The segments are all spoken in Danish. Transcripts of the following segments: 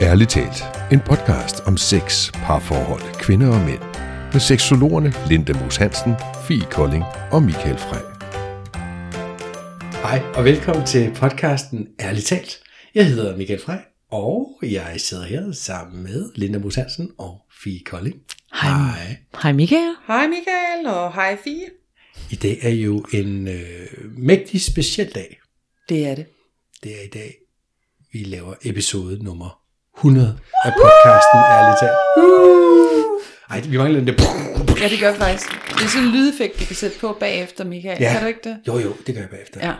Ærligt talt, en podcast om sex, parforhold, kvinder og mænd. Med seksologerne Linda Moos Hansen, Fie Kolding og Michael Frey. Hej og velkommen til podcasten Ærligt talt. Jeg hedder Michael Frey, og jeg sidder her sammen med Linda Moos Hansen og Fie Kolding. Hej. Hej Michael. Hej Michael, og hej Fie. I dag er jo en øh, mægtig speciel dag. Det er det. Det er i dag, vi laver episode nummer 100 af podcasten Ærligt talt. Ej, vi mangler den der... Ja, det gør vi faktisk. Det er sådan en lydeffekt, vi kan sætte på bagefter, Michael. Kan du ikke det? Jo, jo, det gør jeg bagefter. Ja.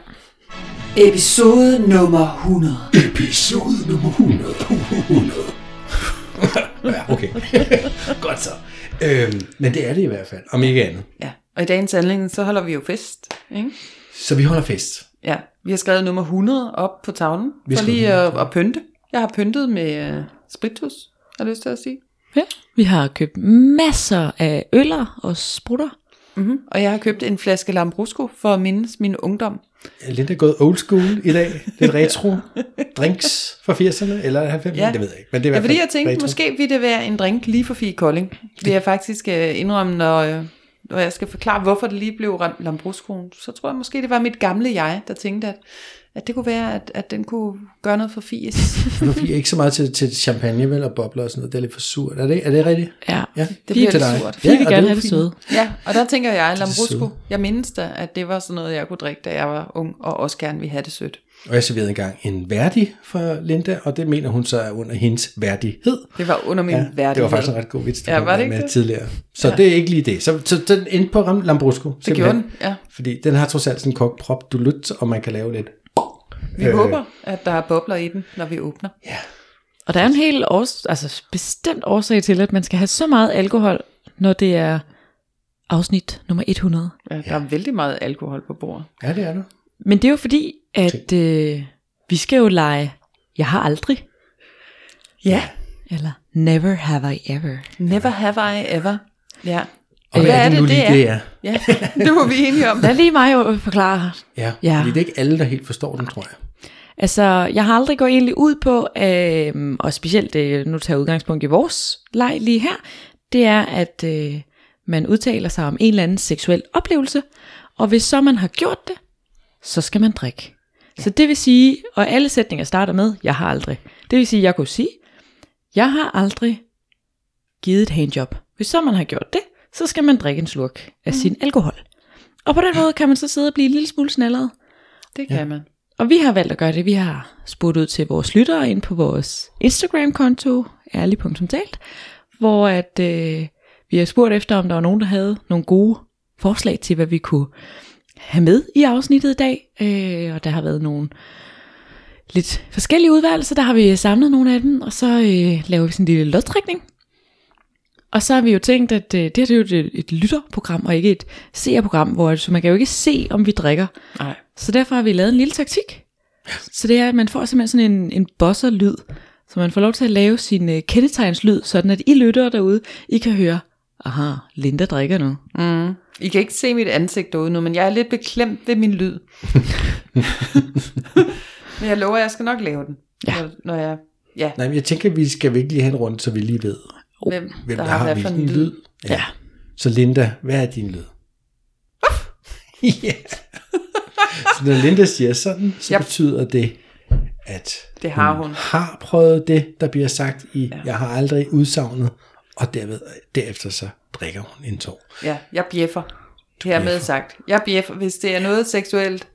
Episode nummer 100. Episode nummer 100. 100. ja, okay. Godt så. Øhm, men det er det i hvert fald, om ikke andet. ja. Og i dagens anledning, så holder vi jo fest. Ikke? Så vi holder fest. Ja. Vi har skrevet nummer 100 op på tavlen, Vi for skal lige at, at pynte. Jeg har pyntet med uh, spritus, har jeg lyst til at sige. Ja, vi har købt masser af øller og sprutter. Mhm. Mm-hmm. Og jeg har købt en flaske Lambrusco for at mindes min ungdom. Linda er gået old school i dag. Lidt retro. Drinks fra 80'erne eller 90'erne, ja. det ved jeg ikke. Men det er i ja, hvert fordi fald jeg tænkte, retro. måske ville det være en drink lige for Fie Kolding. Vil jeg faktisk øh, indrømme, når, øh, når jeg skal forklare, hvorfor det lige blev ram- Lambruscoen, så tror jeg måske, det var mit gamle jeg, der tænkte, at, at det kunne være, at, at den kunne gøre noget for Fies. Men Sofie er ikke så meget til, til champagne vel, og bobler og sådan noget. Det er lidt for surt. Er det, er det rigtigt? Ja, Ja, Det Lige bliver til lidt dig. surt. vi og vil det er gerne jo have det fint. søde. ja, og der tænker jeg, at Det er det Lambrusco, søde. jeg mindes da, at det var sådan noget, jeg kunne drikke, da jeg var ung, og også gerne ville have det sødt. Og jeg serverede engang en værdig for Linda, og det mener hun så er under hendes værdighed. Det var under min Ja, ja, værdighed. det var faktisk en ret god vits, der Ja, kom var det ikke med det? tidligere. Så ja. det er ikke lige det. Så, så den endte på Ram- Lambrusco. Det gjorde den, ja. Fordi den har trods alt sådan en kokprop, du lytter, og man kan lave lidt. Vi øh. håber, at der er bobler i den, når vi åbner. Og der er en helt års, altså bestemt årsag til, at man skal have så meget alkohol, når det er afsnit nummer 100. Ja, der er vældig meget alkohol på bordet. Ja, det er du. Men det er jo fordi, at øh, vi skal jo lege, jeg har aldrig, Ja. eller never have I ever. Never have I ever. Ja. Og hvad, er det, nu lige det er? Det er? Ja, det var vi enige om. Lad lige mig jo forklare. Ja, ja. Ja. Fordi det er ikke alle, der helt forstår den, tror jeg. Altså, jeg har aldrig gået egentlig ud på, øh, og specielt, øh, nu tager jeg udgangspunkt i vores leg lige her, det er, at øh, man udtaler sig om en eller anden seksuel oplevelse, og hvis så man har gjort det, så skal man drikke. Så det vil sige, og alle sætninger starter med, jeg har aldrig. Det vil sige, jeg kunne sige, jeg har aldrig givet et handjob. Hvis så man har gjort det, så skal man drikke en slurk af sin alkohol. Og på den måde kan man så sidde og blive en lille smule snallet. Det kan man. Og vi har valgt at gøre det. Vi har spurgt ud til vores lyttere ind på vores Instagram-konto, ærlig.talt, hvor at, øh, vi har spurgt efter, om der var nogen, der havde nogle gode forslag til, hvad vi kunne have med i afsnittet i dag. Øh, og der har været nogle lidt forskellige udvalgelser. Der har vi samlet nogle af dem, og så øh, laver vi sådan en lille lodtrækning. Og så har vi jo tænkt, at øh, det her det er jo et, et lytterprogram, og ikke et seerprogram, hvor så man kan jo ikke se, om vi drikker. Nej. Så derfor har vi lavet en lille taktik. Så det er, at man får simpelthen sådan en, en bosserlyd, så man får lov til at lave sin øh, kendetegnslyd, sådan at I lyttere derude, I kan høre, aha, Linda drikker nu. Mm. I kan ikke se mit ansigt derude nu, men jeg er lidt beklemt ved min lyd. men jeg lover, at jeg skal nok lave den. Ja. Når, når jeg, ja, Nej, men jeg tænker, vi skal virkelig lige have en runde, så vi lige ved, Oh, hvem, hvem der, har hvad for en lyd. Ja. ja. Så Linda, hvad er din lyd? ja. Så når Linda siger sådan, så Yep. yep. betyder det, at Det har hun. har prøvet det, der bliver sagt i Ja. ja. Jeg har aldrig udsagnet, og derved, derefter så drikker hun en tår. Ja, jeg bjeffer. Hermed bjeffer. sagt. Jeg bjeffer. Hvis det er noget seksuelt,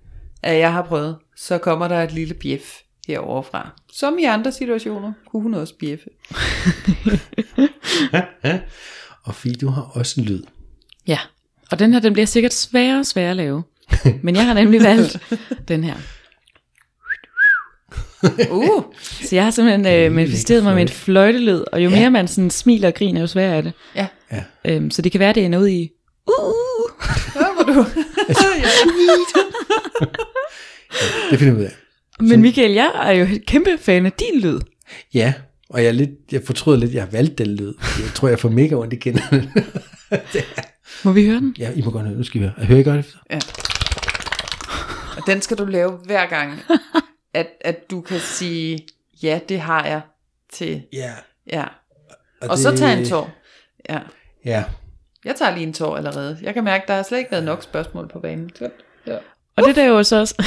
at jeg har prøvet, så kommer der et lille bjef heroverfra. Som i andre situationer kunne hun også bjeffe. Og Fie, du har også en lyd. Ja, og den her, den bliver sikkert sværere og sværere at lave. Men jeg har nemlig valgt den her. Uh, Så jeg har simpelthen øh, manifesteret mig med en fløjtelyd, og jo mere man sådan smiler og griner, jo sværere er det. ja. Øhm, så det kan være, det ender ud i, Hør, hvor du... Det finder vi ud af. men Michael, jeg er jo kæmpe fan af din lyd. Ja, og jeg, er lidt, jeg fortryder lidt, at jeg har valgt den lyd. Jeg tror, jeg får mega ondt igen. Må vi høre den? ja, I må godt høre, nu skal vi høre. Hører I godt efter? Ja. Og den skal du lave hver gang, at, at du kan sige, ja, det har jeg, til, Ja. ja. Og, og det... så tage en tår. Ja. Ja. Jeg tager lige en tår allerede. Jeg kan mærke, der har slet ikke været nok spørgsmål på banen. Ja. Og det der jo så også,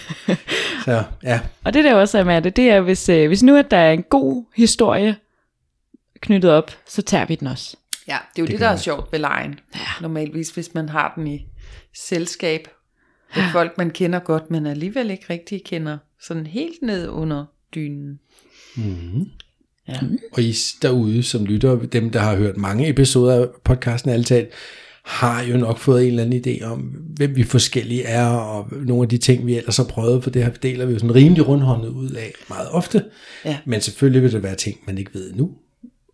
Så, ja. og det der jo også er med det, det er, hvis, øh, hvis nu at der er en god historie knyttet op, så tager vi den også. Ja, det er jo det, kan det der er jeg. sjovt ved lejen. Ja. Normalvis, hvis man har den i selskab med ja. folk, man kender godt, men alligevel ikke rigtig kender. Sådan helt ned under dynen. Og I derude, som lytter, dem der har hørt mange episoder af podcasten Alt talt, har jo nok fået en eller anden idé om, hvem vi forskellige er, og nogle af de ting, vi ellers har prøvet, for det her deler vi jo sådan rimelig rundhåndet ud af meget ofte. Ja. Men selvfølgelig vil der være ting, man ikke ved nu.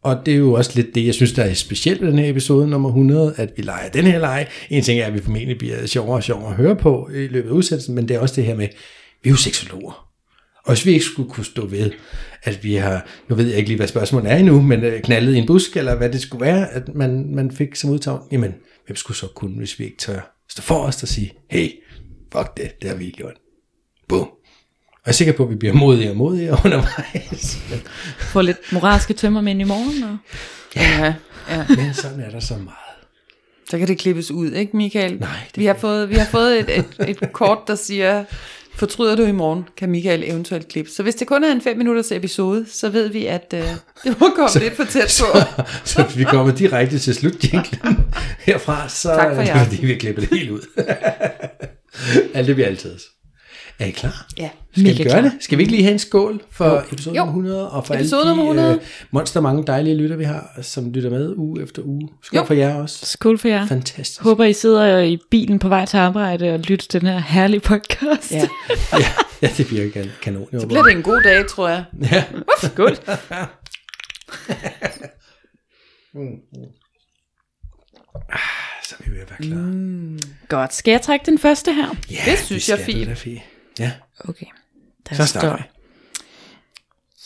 Og det er jo også lidt det, jeg synes, der er specielt ved den her episode nummer 100, at vi leger den her leg. En ting er, at vi formentlig bliver sjovere og sjovere at høre på i løbet af udsendelsen, men det er også det her med, vi er jo seksologer. Og hvis vi ikke skulle kunne stå ved, at vi har, nu ved jeg ikke lige, hvad spørgsmålet er endnu, men øh, knaldet i en busk, eller hvad det skulle være, at man, man fik som udtagn, jamen, hvem skulle så kunne, hvis vi ikke tør stå forrest og sige, hey, fuck det, det har vi ikke gjort. Boom. Og jeg er sikker på, at vi bliver modigere og modigere undervejs. Få lidt moralske tømmermænd i morgen. Og... Ja. ja. Men sådan er der så meget. Så kan det klippes ud, ikke Michael? Nej, det vi har fået, vi har fået et, et, et kort, der siger, fortryder du i morgen, kan Michael eventuelt klippe. Så hvis det kun er en 5 minutters episode, så ved vi, at øh, det var kommet lidt for tæt på. Så hvis vi kommer direkte til slutjinglen herfra, så Tak for i er det, aften. fordi vi klipper det helt ud. Alt det bliver altid. Er I klar? Ja. Skal vi Mega gøre klar. det? Skal vi ikke lige have en skål for jo. episode Jo. nummer 100 og for Episode alle de nummer 100. øh, monster mange dejlige lytter, vi har, som lytter med uge efter uge. Skål Jo. for jer også. Skål for jer. Fantastisk. Håber I sidder i bilen på vej til arbejde og lytter til den her herlige podcast. ja. ja, ja, det bliver kan- kanon. Jeg Så håber. bliver det en god dag, tror jeg. Ja. Skål. Mm, Ah, Så er vi ved at være klar. Mm, Godt. Skal jeg trække den første her? ja, det synes jeg er skal du fint. da, Fie. Ja, Okay. Der så starter vi.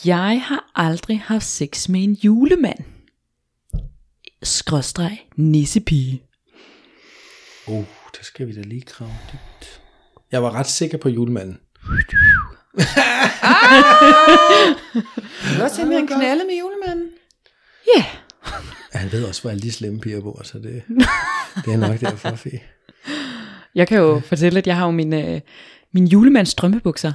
Jeg har aldrig haft sex med en julemand. Skråstreg nissepige. Oh, der skal vi da lige grave dybt. Jeg var ret sikker på julemanden. Du kan også have med en knalde med julemanden. Ja. Yeah. Ja, Han ved også, hvor alle de slemme piger bor, så det, det er nok derfor, Fie. Jeg kan jo fortælle, at jeg har jo mine, øh, mine julemands strømpebukser.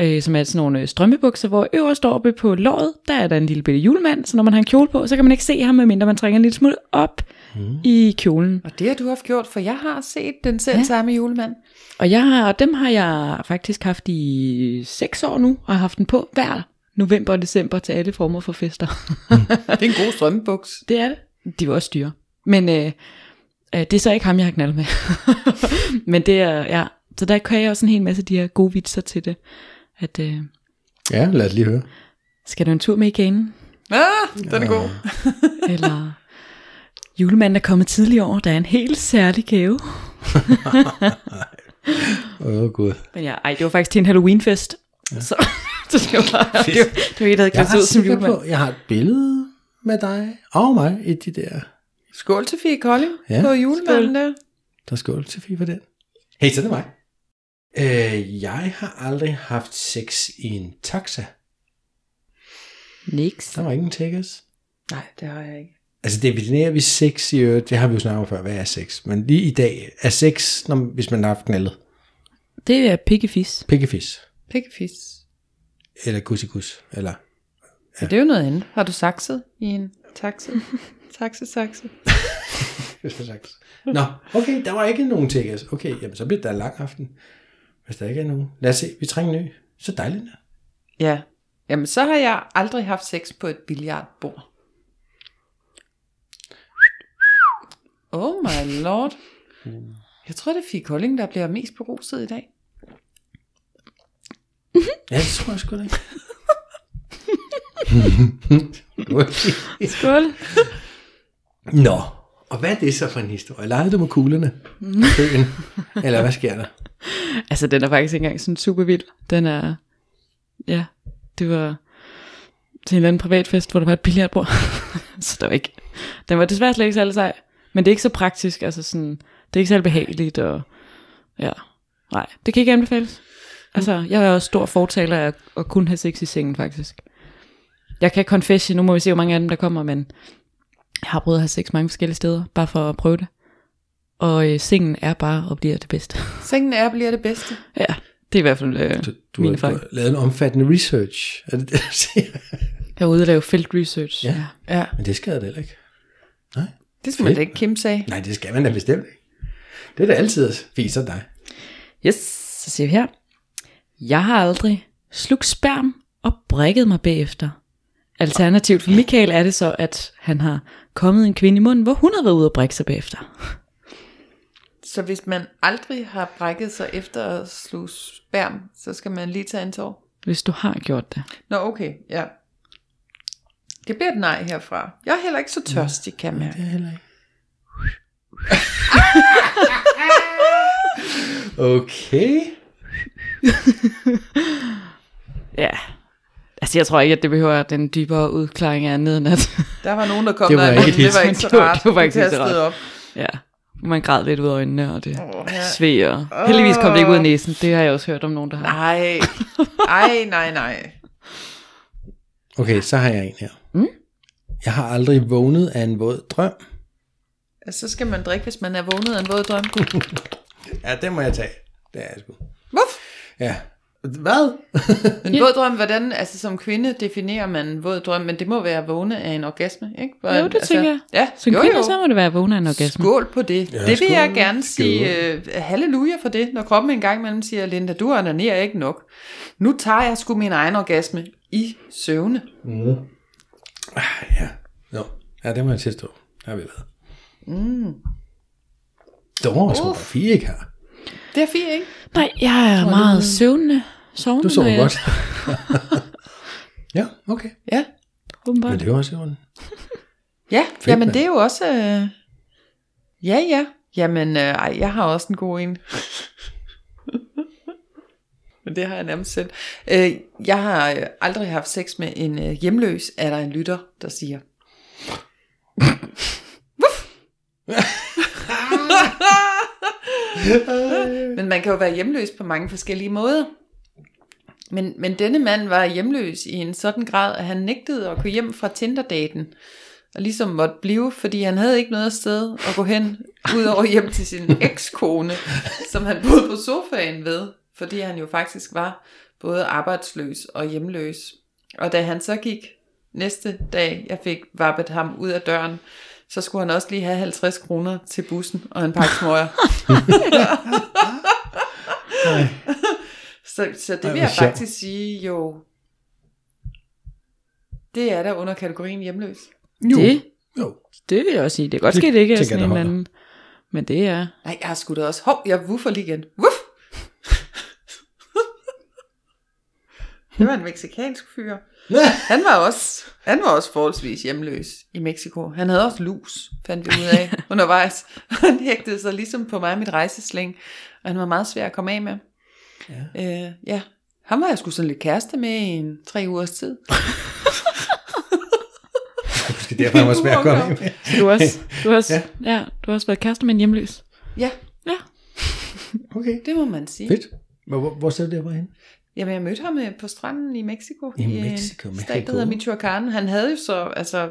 Øh, som er sådan nogle øh, strømpebukser, hvor øverst oppe på låret, der er der en lille bitte julemand. Så når man har en kjole på, så kan man ikke se ham, medmindre man trænger en lille smule op mm. i kjolen. Og det har du haft gjort, for jeg har set den selv Ja. samme julemand. Og jeg har, og dem har jeg faktisk haft i seks år nu, og har haft den på hver november og december til alle former for fester. Det er en god strømmebuks. det er det. De var også dyre. Men øh, øh, det er så ikke ham, jeg har knaldet med. Men det er, ja. Så der kan jeg også en hel masse af de her gode vitser til det. At, øh, Ja, lad os lige høre. skal du en tur med i kanen? Ah, den er god. Eller julemanden er kommet tidligere år, der er en helt særlig gave. Åh, oh, gud. Men ja, ej, det var faktisk til en Halloweenfest. Ja. Så, så det var bare, det var, det var en, der havde Jeg klædt sig er ud som sikker julemand. på, jeg har et billede med dig og mig i de der. Skål til Fie Kolding Ja. ja. på julemanden der. Der er skål til Fie for den. Hey, så er det mig. Øh, jeg har aldrig haft sex i en taxa. Niks. Der var ingen takers. Nej, det har jeg ikke. Altså definerer vi sex i øvrigt, det har vi jo snakket om før, hvad er sex? Men lige i dag er sex, når, hvis man har haft knaldet. Det er pikkefis. Pikkefis, Pikkefis. eller kusikus, eller... Ja. Det er jo noget andet. Har du sakset i en taxa? Taxasakse. Nå, okay, der var ikke nogen takers. Okay, jamen så bliver der lang aften, hvis der ikke er nogen. Lad os se, vi trænger en ny. Så dejligt der. Ja. Jamen, så har jeg aldrig haft sex på et billardbord. Oh my lord. Jeg tror, det er Fie Kolding, der bliver mest beruset i dag. Ja, det tror jeg sgu da ikke. Skål. Nå, og hvad er det så for en historie? Legede du med kuglerne? Køen? Eller hvad sker der? Altså, den er faktisk ikke engang sådan super vild. Den er, ja, det var til en eller anden privatfest, hvor der var et billardbord. så der var ikke, den var desværre slet ikke særlig sej. Men det er ikke så praktisk, altså sådan, det er ikke særlig behageligt, og ja, nej, det kan ikke anbefales. Altså, jeg er også stor fortaler af at kun have sex i sengen, faktisk. Jeg kan confesse, nu må vi se, hvor mange af dem, der kommer, men jeg har prøvet at have sex mange forskellige steder, bare for at prøve det. Og øh, sengen er bare og bliver det bedste. Sengen er bliver det bedste. ja, det er i hvert fald øh, Du, du, har, min du erfaring. har lavet en omfattende research. Er det det, du siger? Jeg er ude og lave field research. Ja. Ja. Men det skal jeg da heller ikke. Det skulle man da ikke kæmpe sig af. Nej, det skal man da bestemt ikke. Det er da altid viser dig. Yes, så siger vi her. Jeg har aldrig slugt sperm og brækket mig bagefter. Alternativt for Michael er det så, at han har kommet en kvinde i munden, hvor hun har været ude og brække sig bagefter. Så hvis man aldrig har brækket sig efter at sluge sperm, så skal man lige tage en tår. Hvis du har gjort det. Nå, okay, ja. Det bliver et nej herfra. Jeg er heller ikke så tørstig, kan man. er heller ikke. okay. Ja. Altså, jeg tror ikke, at det behøver den dybere udklaring af andet end at... Der var nogen, der kom Det var der, ikke men et hit. det var ikke så Det var- rart. det var ikke Du så rart. kastede Op. ja, man græd lidt ud af øjnene, og det Åh, oh, ja. ja. sved, og heldigvis kom det ikke ud af næsen. Det har jeg også hørt om nogen, der har. Nej, Ej, nej, nej. Okay, så har jeg en her. Mm. Jeg har aldrig vågnet af en våd drøm. Altså, Så skal man drikke, hvis man er vågnet af en våd drøm. Ja, det må jeg tage. Det er jeg sgu. Wuff. Ja. Hvad? En våd drøm, hvordan, altså som kvinde definerer man en våd drøm, men det må være vågne af en orgasme, ikke? Hvor, Jo, det altså, tænker jeg. Ja, Så en jo, kvinde, jo. så må det være vågen af en orgasme. Skål på det. Ja, det vil skål. jeg gerne sige øh, halleluja for det, når kroppen en gang imellem siger, Linda, du onanerer ikke nok. Nu tager jeg sgu min egen orgasme i søvne. Ah, ja. Jo. Ja, det må jeg tilstå. Der har vi været. Mm. Det var også, hvor Fie ikke har. Det er fint, ikke? Nej, jeg er meget søvnende. Sovende, Du sover når jeg- godt. ja, okay. Ja. Åbenbart. Men det var også jorden. Ja, jamen mand. det er jo også... Øh... Ja, ja. Jamen, øh, ej, jeg har også en god en. Men det har jeg nærmest selv. Øh, jeg har øh, aldrig haft sex med en øh, hjemløs, er der en lytter, der siger. Wuff! Men man kan jo være hjemløs på mange forskellige måder. Men, men denne mand var hjemløs i en sådan grad, at han nægtede at gå hjem fra Tinder-daten. Og ligesom måtte blive, fordi han havde ikke noget sted at gå hen, udover hjem til sin ekskone, som han boede på sofaen ved, fordi han jo faktisk var både arbejdsløs og hjemløs. Og da han så gik næste dag, jeg fik vappet ham ud af døren, så skulle han også lige have 50 kroner til bussen og en pakke smøger. så, så Ej, det vil hvor jeg sjovt. faktisk sige jo, det er der under kategorien hjemløs. Jo. Det, Jo. det vil jeg også sige. Det kan godt Det ske, det ikke er tænker sådan jeg, en der eller anden. Men det er... Nej, jeg har sgu da også. Hov, jeg wuffer lige igen. Wuff! det var en meksikansk fyr. Han var også, han var også forholdsvis hjemløs i Mexico. Han havde også lus, fandt vi ud af undervejs. Han hægtede sig ligesom på mig og mit rejsesling, og han var meget svær at komme af med. Ja. Øh, ja. Ham var jeg sgu sådan lidt kæreste med i en tre ugers tid. Det er derfor, jeg var svær at komme af med. Så du har også, du har også, ja. Ja, du har også været kæreste med en hjemløs. Ja, Ja. Okay. det må man sige. Fedt. Hvor, hvor, hvor sagde du, det var henne? Jamen, jeg mødte ham øh, på stranden i Mexico. I en Mexico, Stat, Mexico. der hedder Michoacán. Han havde jo så, altså,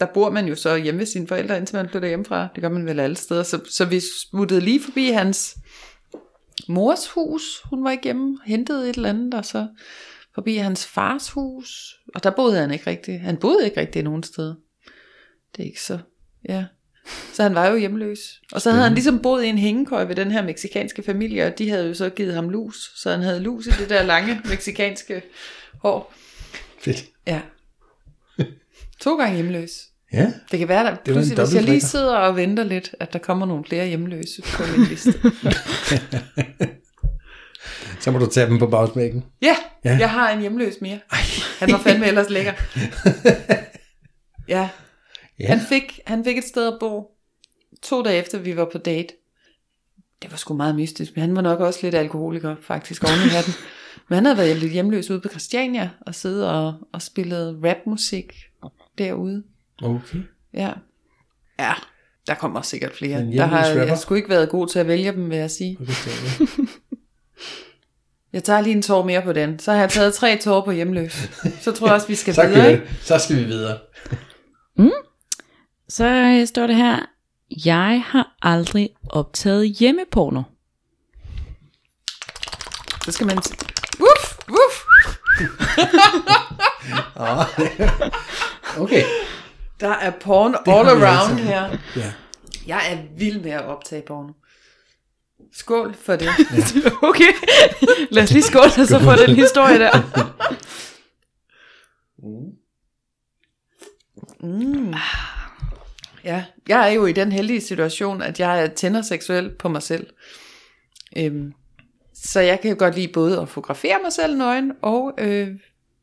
der bor man jo så hjemme ved sine forældre, indtil man flytter hjemmefra. Det gør man vel alle steder. Så, så vi smuttede lige forbi hans mors hus. Hun var ikke hjemme, hentede et eller andet, og så forbi hans fars hus. Og der boede han ikke rigtigt. Han boede ikke rigtigt nogen sted. Det er ikke så, ja. Så han var jo hjemløs. Og så havde han ligesom boet i en hængekøj ved den her meksikanske familie, og de havde jo så givet ham lus. Så han havde lus i det der lange meksikanske hår. Fedt. Ja. To gange hjemløs. Ja. Det kan være, at en pludselig, hvis jeg lige dobbeltdækker. sidder og venter lidt, at der kommer nogle flere hjemløse på min liste. Så må du tage dem på bagsmækken. Ja, Ja. ja, jeg har en hjemløs mere. Han var fandme ellers lækker. Ja, Ja. Han fik, han fik et sted at bo to dage efter, vi var på date. Det var sgu meget mystisk, men han var nok også lidt alkoholiker, faktisk, oven i hatten. Men han havde været lidt hjemløs ude på Christiania og siddet og, og spillet rapmusik derude. Okay. Ja. ja, der kommer sikkert flere. En Der har, hjemløs rapper. jeg sgu ikke været god til at vælge dem, vil jeg sige. Du kan stå med. Jeg tager lige en tår mere på den. Så har jeg taget tre tårer på hjemløs. Så tror jeg også, vi skal Så, videre. kan Ikke? så skal vi videre. Så øh, står det her, jeg har aldrig optaget hjemmeporno. Så skal man... t- Uff, uff. Ah. Okay. Der er porn all har vi around alle her. Ja. Jeg er vild med at optage porno. Skål for det. Okay, lad os lige skåle og så få den historie der. Mm. Ja, jeg er jo i den heldige situation, at jeg tænder seksuelt på mig selv. Øhm, så jeg kan jo godt lide både at fotografere mig selv nøgen og øh,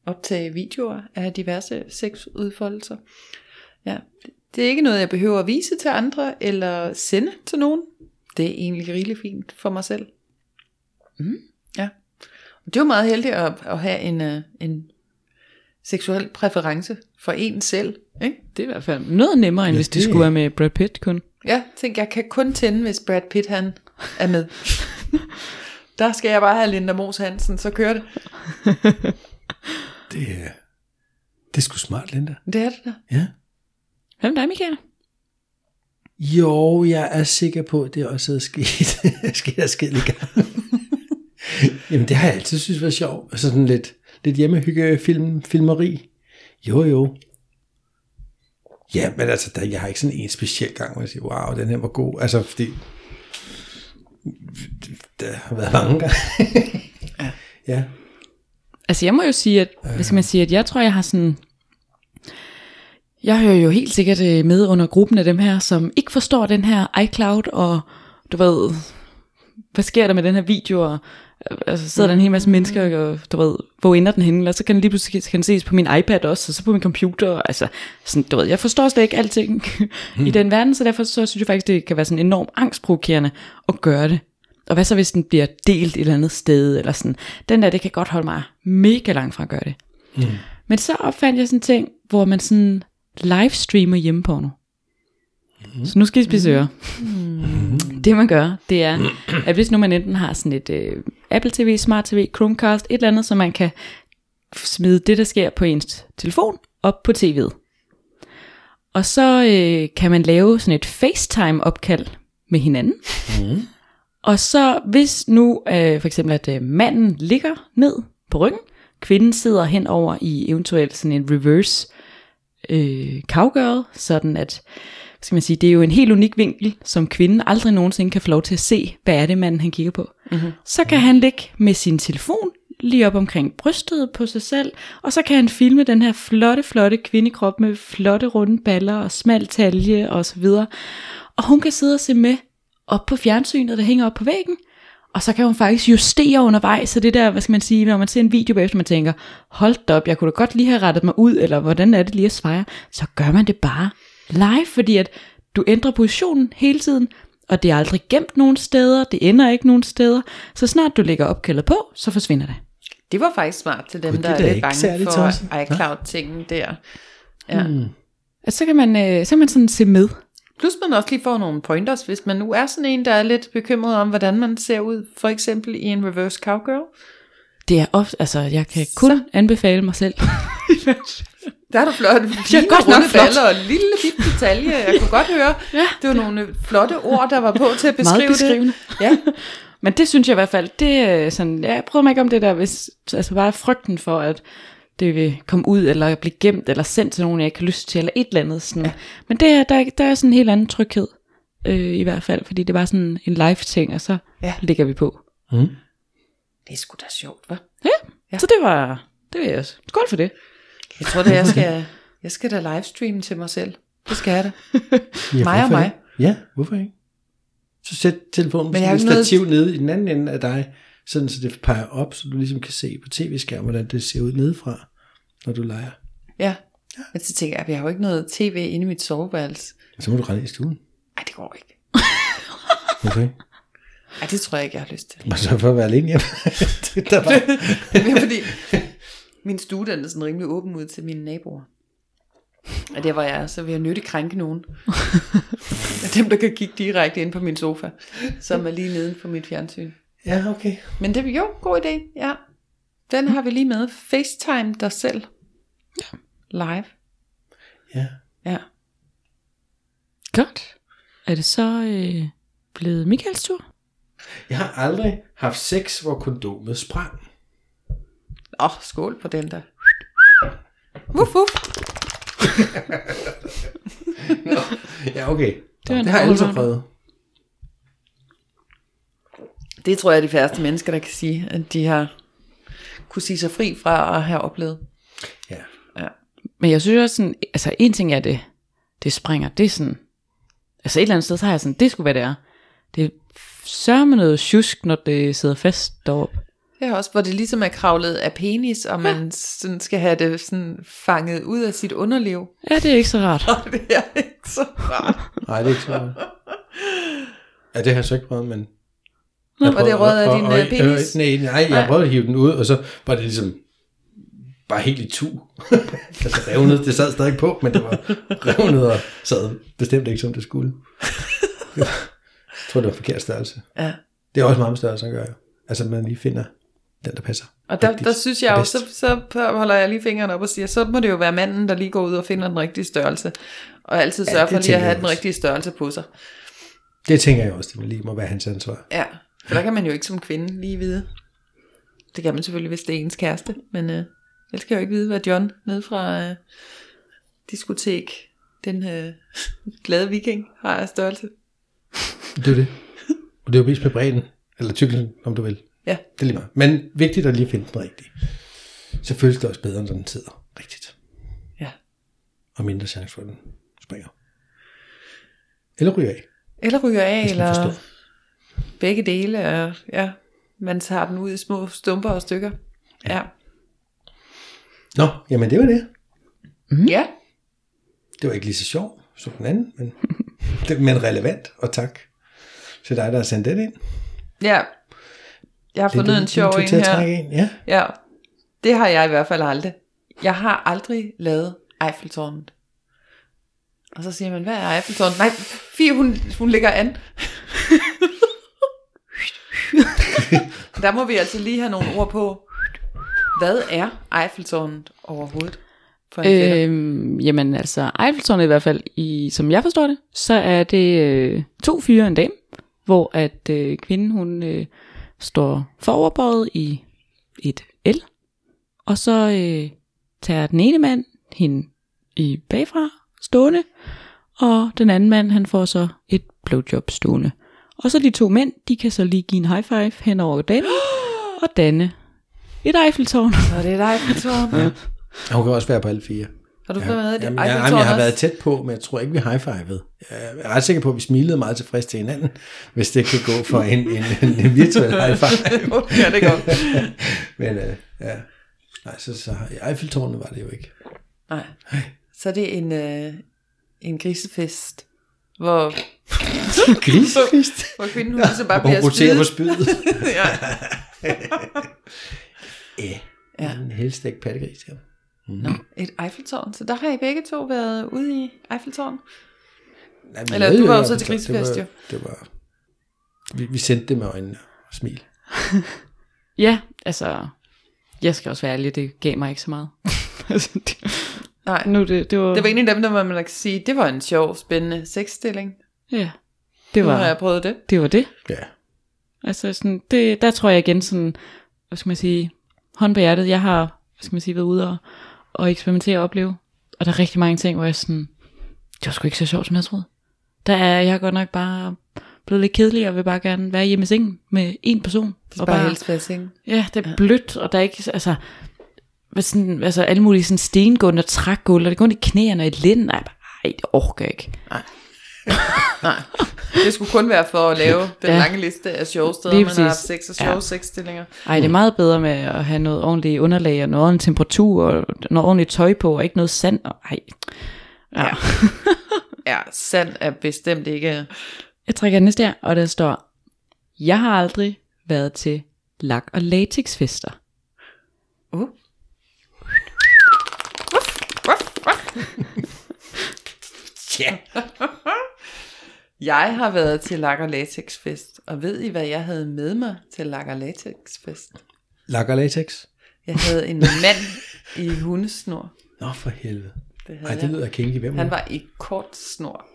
optage videoer af diverse sexudfoldelser. Ja, det er ikke noget, jeg behøver at vise til andre eller sende til nogen. Det er egentlig rigeligt fint for mig selv. Mm. Ja. Og det er jo meget heldigt at, at have en, øh, en seksuel præference for en selv. Ikke? Det er i hvert fald noget nemmere, end Ja, hvis det det- skulle være med Brad Pitt kun. Ja, tænk, jeg kan kun tænde, hvis Brad Pitt han er med. Der skal jeg bare have Linda Mos Hansen, så kører det. Det, er- det er sgu smart, Linda. Det er det der. Ja. Hvem der er Michael? Jo, jeg er sikker på, at det også er sket. sket er sket lige gang. Jamen, det har jeg altid synes var sjovt. Altså sådan lidt, lidt hjemmehygge film, filmeri. Jo, jo. Ja, men altså, der, jeg har ikke sådan en speciel gang, hvor jeg siger, wow, den her var god. Altså, fordi... Der har været mange gange. ja. ja. Altså jeg må jo sige, at, hvad skal man sige, at jeg tror, jeg har sådan... Jeg hører jo helt sikkert øh, med under gruppen af dem her, som ikke forstår den her iCloud, og du ved, hvad sker der med den her video, og øh, altså, sidder der en hel masse mennesker, og du ved, hvor ender den henne, og så kan den lige pludselig kan den ses på min iPad også, og så på min computer, og altså, sådan, du ved, jeg forstår slet ikke alting i den verden, så derfor så synes jeg faktisk, det kan være sådan enormt angstprovokerende at gøre det. Og hvad så, hvis den bliver delt et eller andet sted, eller sådan, den der, det kan godt holde mig mega langt fra at gøre det. Mm. Men så opfandt jeg sådan en ting, hvor man sådan livestreamer hjemmeporno. Mm. Så nu skal I spise ører. Mm. Det man gør, det er, at hvis nu man enten har sådan et øh, Apple TV, Smart TV, Chromecast, et eller andet, så man kan smide det, der sker på ens telefon, op på tv'et. Og så øh, kan man lave sådan et FaceTime-opkald med hinanden. Og så hvis nu øh, for eksempel, at øh, manden ligger ned på ryggen, kvinden sidder henover i eventuelt sådan en reverse øh, cowgirl, sådan at, hvad skal man sige, det er jo en helt unik vinkel, som kvinden aldrig nogensinde kan få lov til at se, hvad er det manden han kigger på. Mm-hmm. Så kan han ligge med sin telefon lige op omkring brystet på sig selv, og så kan han filme den her flotte, flotte kvindekrop med flotte runde baller og smal talje og så videre. Og hun kan sidde og se med op på fjernsynet, der hænger op på væggen, og så kan hun faktisk justere undervejs, så det der, hvad skal man sige, når man ser en video bagefter, man tænker, hold da op, jeg kunne da godt lige have rettet mig ud, eller hvordan er det lige at svare, så gør man det bare live, fordi at du ændrer positionen hele tiden, og det er aldrig gemt nogen steder, det ender ikke nogen steder, så snart du lægger opkaldet på, så forsvinder det. Det var faktisk smart til dem, Gud, det der er er da lidt ikke bange særlig for tosset. iCloud-tingen der. Ja. Mm. Og så kan man, øh, så kan man sådan se med. Plus man også lige får nogle pointers, hvis man nu er sådan en, der er lidt bekymret om, hvordan man ser ud, for eksempel i en reverse cowgirl. Det er ofte, altså jeg kan kun så. anbefale mig selv. Der er du flot. Jeg godt nok flot. Baller og en lille bit detalje, jeg kunne godt høre. ja. Det var nogle flotte ord, der var på til at beskrive Meget beskrivende. det. Ja, Men det synes jeg i hvert fald, det er sådan, ja, jeg prøver mig ikke om det der, hvis, altså bare frygten for, at det vil komme ud, eller blive gemt, eller sendt til nogen, jeg ikke har lyst til, eller et eller andet. Sådan. Ja. Men det her, der, der er sådan en helt anden tryghed, øh, i hvert fald, fordi det var sådan en live ting, og så ja. Ja. ligger vi på. det er sgu da sjovt, hva'? Ja. ja, så det var, det vil jeg også. Skål for det. Jeg tror da, jeg skal, jeg skal da livestreame til mig selv. Det skal jeg da. Ja, Mig og hvorfor mig. ikke? Ja, hvorfor ikke? Så sæt telefonen Men jeg på har et ikke noget- stativ nede i den anden ende af dig, sådan så det peger op, så du ligesom kan se på tv-skærmen, hvordan det ser ud nedefra, når du leger. Ja. Men så tænker jeg, at jeg har jo ikke noget tv inde i mit soveværelse. Så må du rende i stuen. Nej, det går ikke. Hvorfor ikke? Ej, det tror jeg ikke, jeg har lyst til. Og så for at være alene hjemme. Det er der bare... Det er fordi, min stue den er sådan rimelig åben ud til mine naboer. Og der var jeg, er, så vil jeg nødt krænke nogen. Af dem, der kan kigge direkte ind på min sofa, som er lige neden for mit fjernsyn. Ja, okay. Men det jo, god idé, ja. Den har vi lige med. FaceTime dig selv. Live. Ja. Ja. Godt. Er det så øh, blevet Michaels tur? Jeg har aldrig haft sex, hvor kondomet sprang. Åh, oh, skål på den der. Wuff, wuff. Ja, okay. Det, var en det har jeg altid all-rounder. prøvet. Det tror jeg er de færreste mennesker, der kan sige, at de har kunne sige sig fri fra at have oplevet. Ja. Men jeg synes også sådan, altså en ting er det, det springer, det er sådan, altså et eller andet sted, så har jeg sådan, det skulle være det er. Det sørger med noget sjusk, når det sidder fast deroppe. Det er også, hvor det ligesom er kravlet af penis, og man sådan skal have det sådan fanget ud af sit underliv. Ja, det er ikke så rart. Og det er ikke så rart. Nej, det er ikke sådan. Ja, det har jeg så ikke prøvet, men... Nå, Jeg var prøvede- det røget af din, og- og- øh, penis? øh, Nej, nej, jeg Nej. prøvede at hive den ud, og så var det ligesom bare helt i tu. altså revnet, det sad stadig på, men det var revnet og sad bestemt ikke, som det skulle. jeg tror, det var forkert størrelse. Ja. Det er også meget med størrelse at gøre. Altså, man lige finder den, der passer. Og der, rigtigt der synes jeg og jo, bedst. så, så holder jeg lige fingrene op og siger, så må det jo være manden, der lige går ud og finder den rigtige størrelse. Og altid sørger ja, for det lige at tænker have jeg den også. rigtige størrelse på sig. Det tænker jeg også, det lige må være hans ansvar. Ja, for der kan man jo ikke som kvinde lige vide. Det kan man selvfølgelig, hvis det er ens kæreste, men øh, ellers kan jeg jo ikke vide, hvad John nede fra øh, diskotek, den øh, glade viking, har af størrelse. Det er jo det. Og det er jo mest med bredden, eller tykkelsen, om du vil. Ja, Det er lige meget. Men vigtigt at lige finde den rigtige. Så føles det også bedre, når den sidder rigtigt. ja. Og mindre chance for, at den springer. Eller ryger af. Eller ryger af, Hvis man eller forstår. begge dele, og ja, man tager den ud i små stumper og stykker. Ja. Nå, jamen det var det. Mm. Ja. Det var ikke lige så sjovt som den anden, men, det, men relevant. Og tak til dig, der har sendt den ind. Ja. Jeg har fundet en sjov en til at her. trække en. Ja. Ja. Det har jeg i hvert fald aldrig. Jeg har aldrig lavet Eiffeltårnet. Og så siger man, hvad er Eiffeltårnet? Nej, Fie, hun, hun ligger an. Der må vi altså lige have nogle ord på. Hvad er Eiffeltårnet overhovedet? For en øh, Øhm, jamen altså, Eiffeltårnet i hvert fald, i, som jeg forstår det, så er det øh, to fyre og en dame, hvor at øh, kvinden hun øh, står foroverbøjet i et L, og så øh, tager den ene mand hende i bagfra stående, og den anden mand han får så et blowjob stående. Og så de to mænd, de kan så lige give en high five hen over damen, og danne et Eiffeltårn. Så er det et Eiffeltårn. Ja. Og Hun kan også være på alle fire. Har du fået med det? Jamen, Ej, jeg, det jamen, tror jeg har også. været tæt på, men jeg tror ikke, vi high-fivede. Jeg er ret sikker på, at vi smilede meget tilfreds til hinanden, hvis det kan gå for en, en, en virtuel high-five. ja, det er godt. Men øh, ja, nej, så, så har- i Eiffeltårnet var det jo ikke. Nej. Så er det en, øh, en grisefest, hvor, Grisefest. hvor kvinden hun ligesom bare Hvor bliver hun roterer på spidet. spydet. ja. ja, ja. en helstegt pattegris her. Nå, et Eiffeltårn. Så der har I begge to været ude i Eiffeltårn. Nej, men Eller jeg ved du var jo, jo så at til det- det grisefest, var- Det var, vi, vi sendte det med øjnene og smil. Ja, altså, jeg skal også være ærlig, det gav mig ikke så meget. altså, det, Nej, nu det, det var... det var en af dem, der hvor man kan sige, det var en sjov, spændende sexstilling. Ja, det Nu har jeg var prøvet det. det. Var det. Ja, Altså, sådan, det, der tror jeg igen sådan, hvad skal man sige, hånd på hjertet, jeg har, hvad skal man sige, været ude og, og eksperimentere og opleve. Og der er rigtig mange ting, hvor jeg sådan, det var sgu ikke så sjovt, som jeg troede. Der er jeg godt nok bare blevet lidt kedelig, og vil bare gerne være hjemme i sengen med en person. Det er bare helst ved sengen. Ja, det er blødt, og der er ikke, altså, hvad sådan, altså alle mulige sådan stengulv og trægulv, og det går ondt i knæerne og i lænden. Nej, nej, det orker jeg ikke. Nej, det skulle kun være for at lave den Ja. lange liste af sjove steder, Lige man har haft præcis. sex og Ja. sjove ja. sexstillinger. Ej, det er meget bedre med at have noget ordentligt underlag, og noget ordentlig temperatur, og noget ordentligt tøj på, og ikke noget sand. Og, ej, ja. Ja, sand er bestemt ikke... Jeg trækker den næste her, og der står, jeg har aldrig været til lak- og latexfester. Uh. ja. Jeg har været til lakker latexfest, og ved I, hvad jeg havde med mig til lakker latexfest? Lakker latex? Jeg havde en mand i hundesnor. Nå for helvede. Det havde Nej, jeg. det lyder kinky. Hvem Han er det? var i kort snor.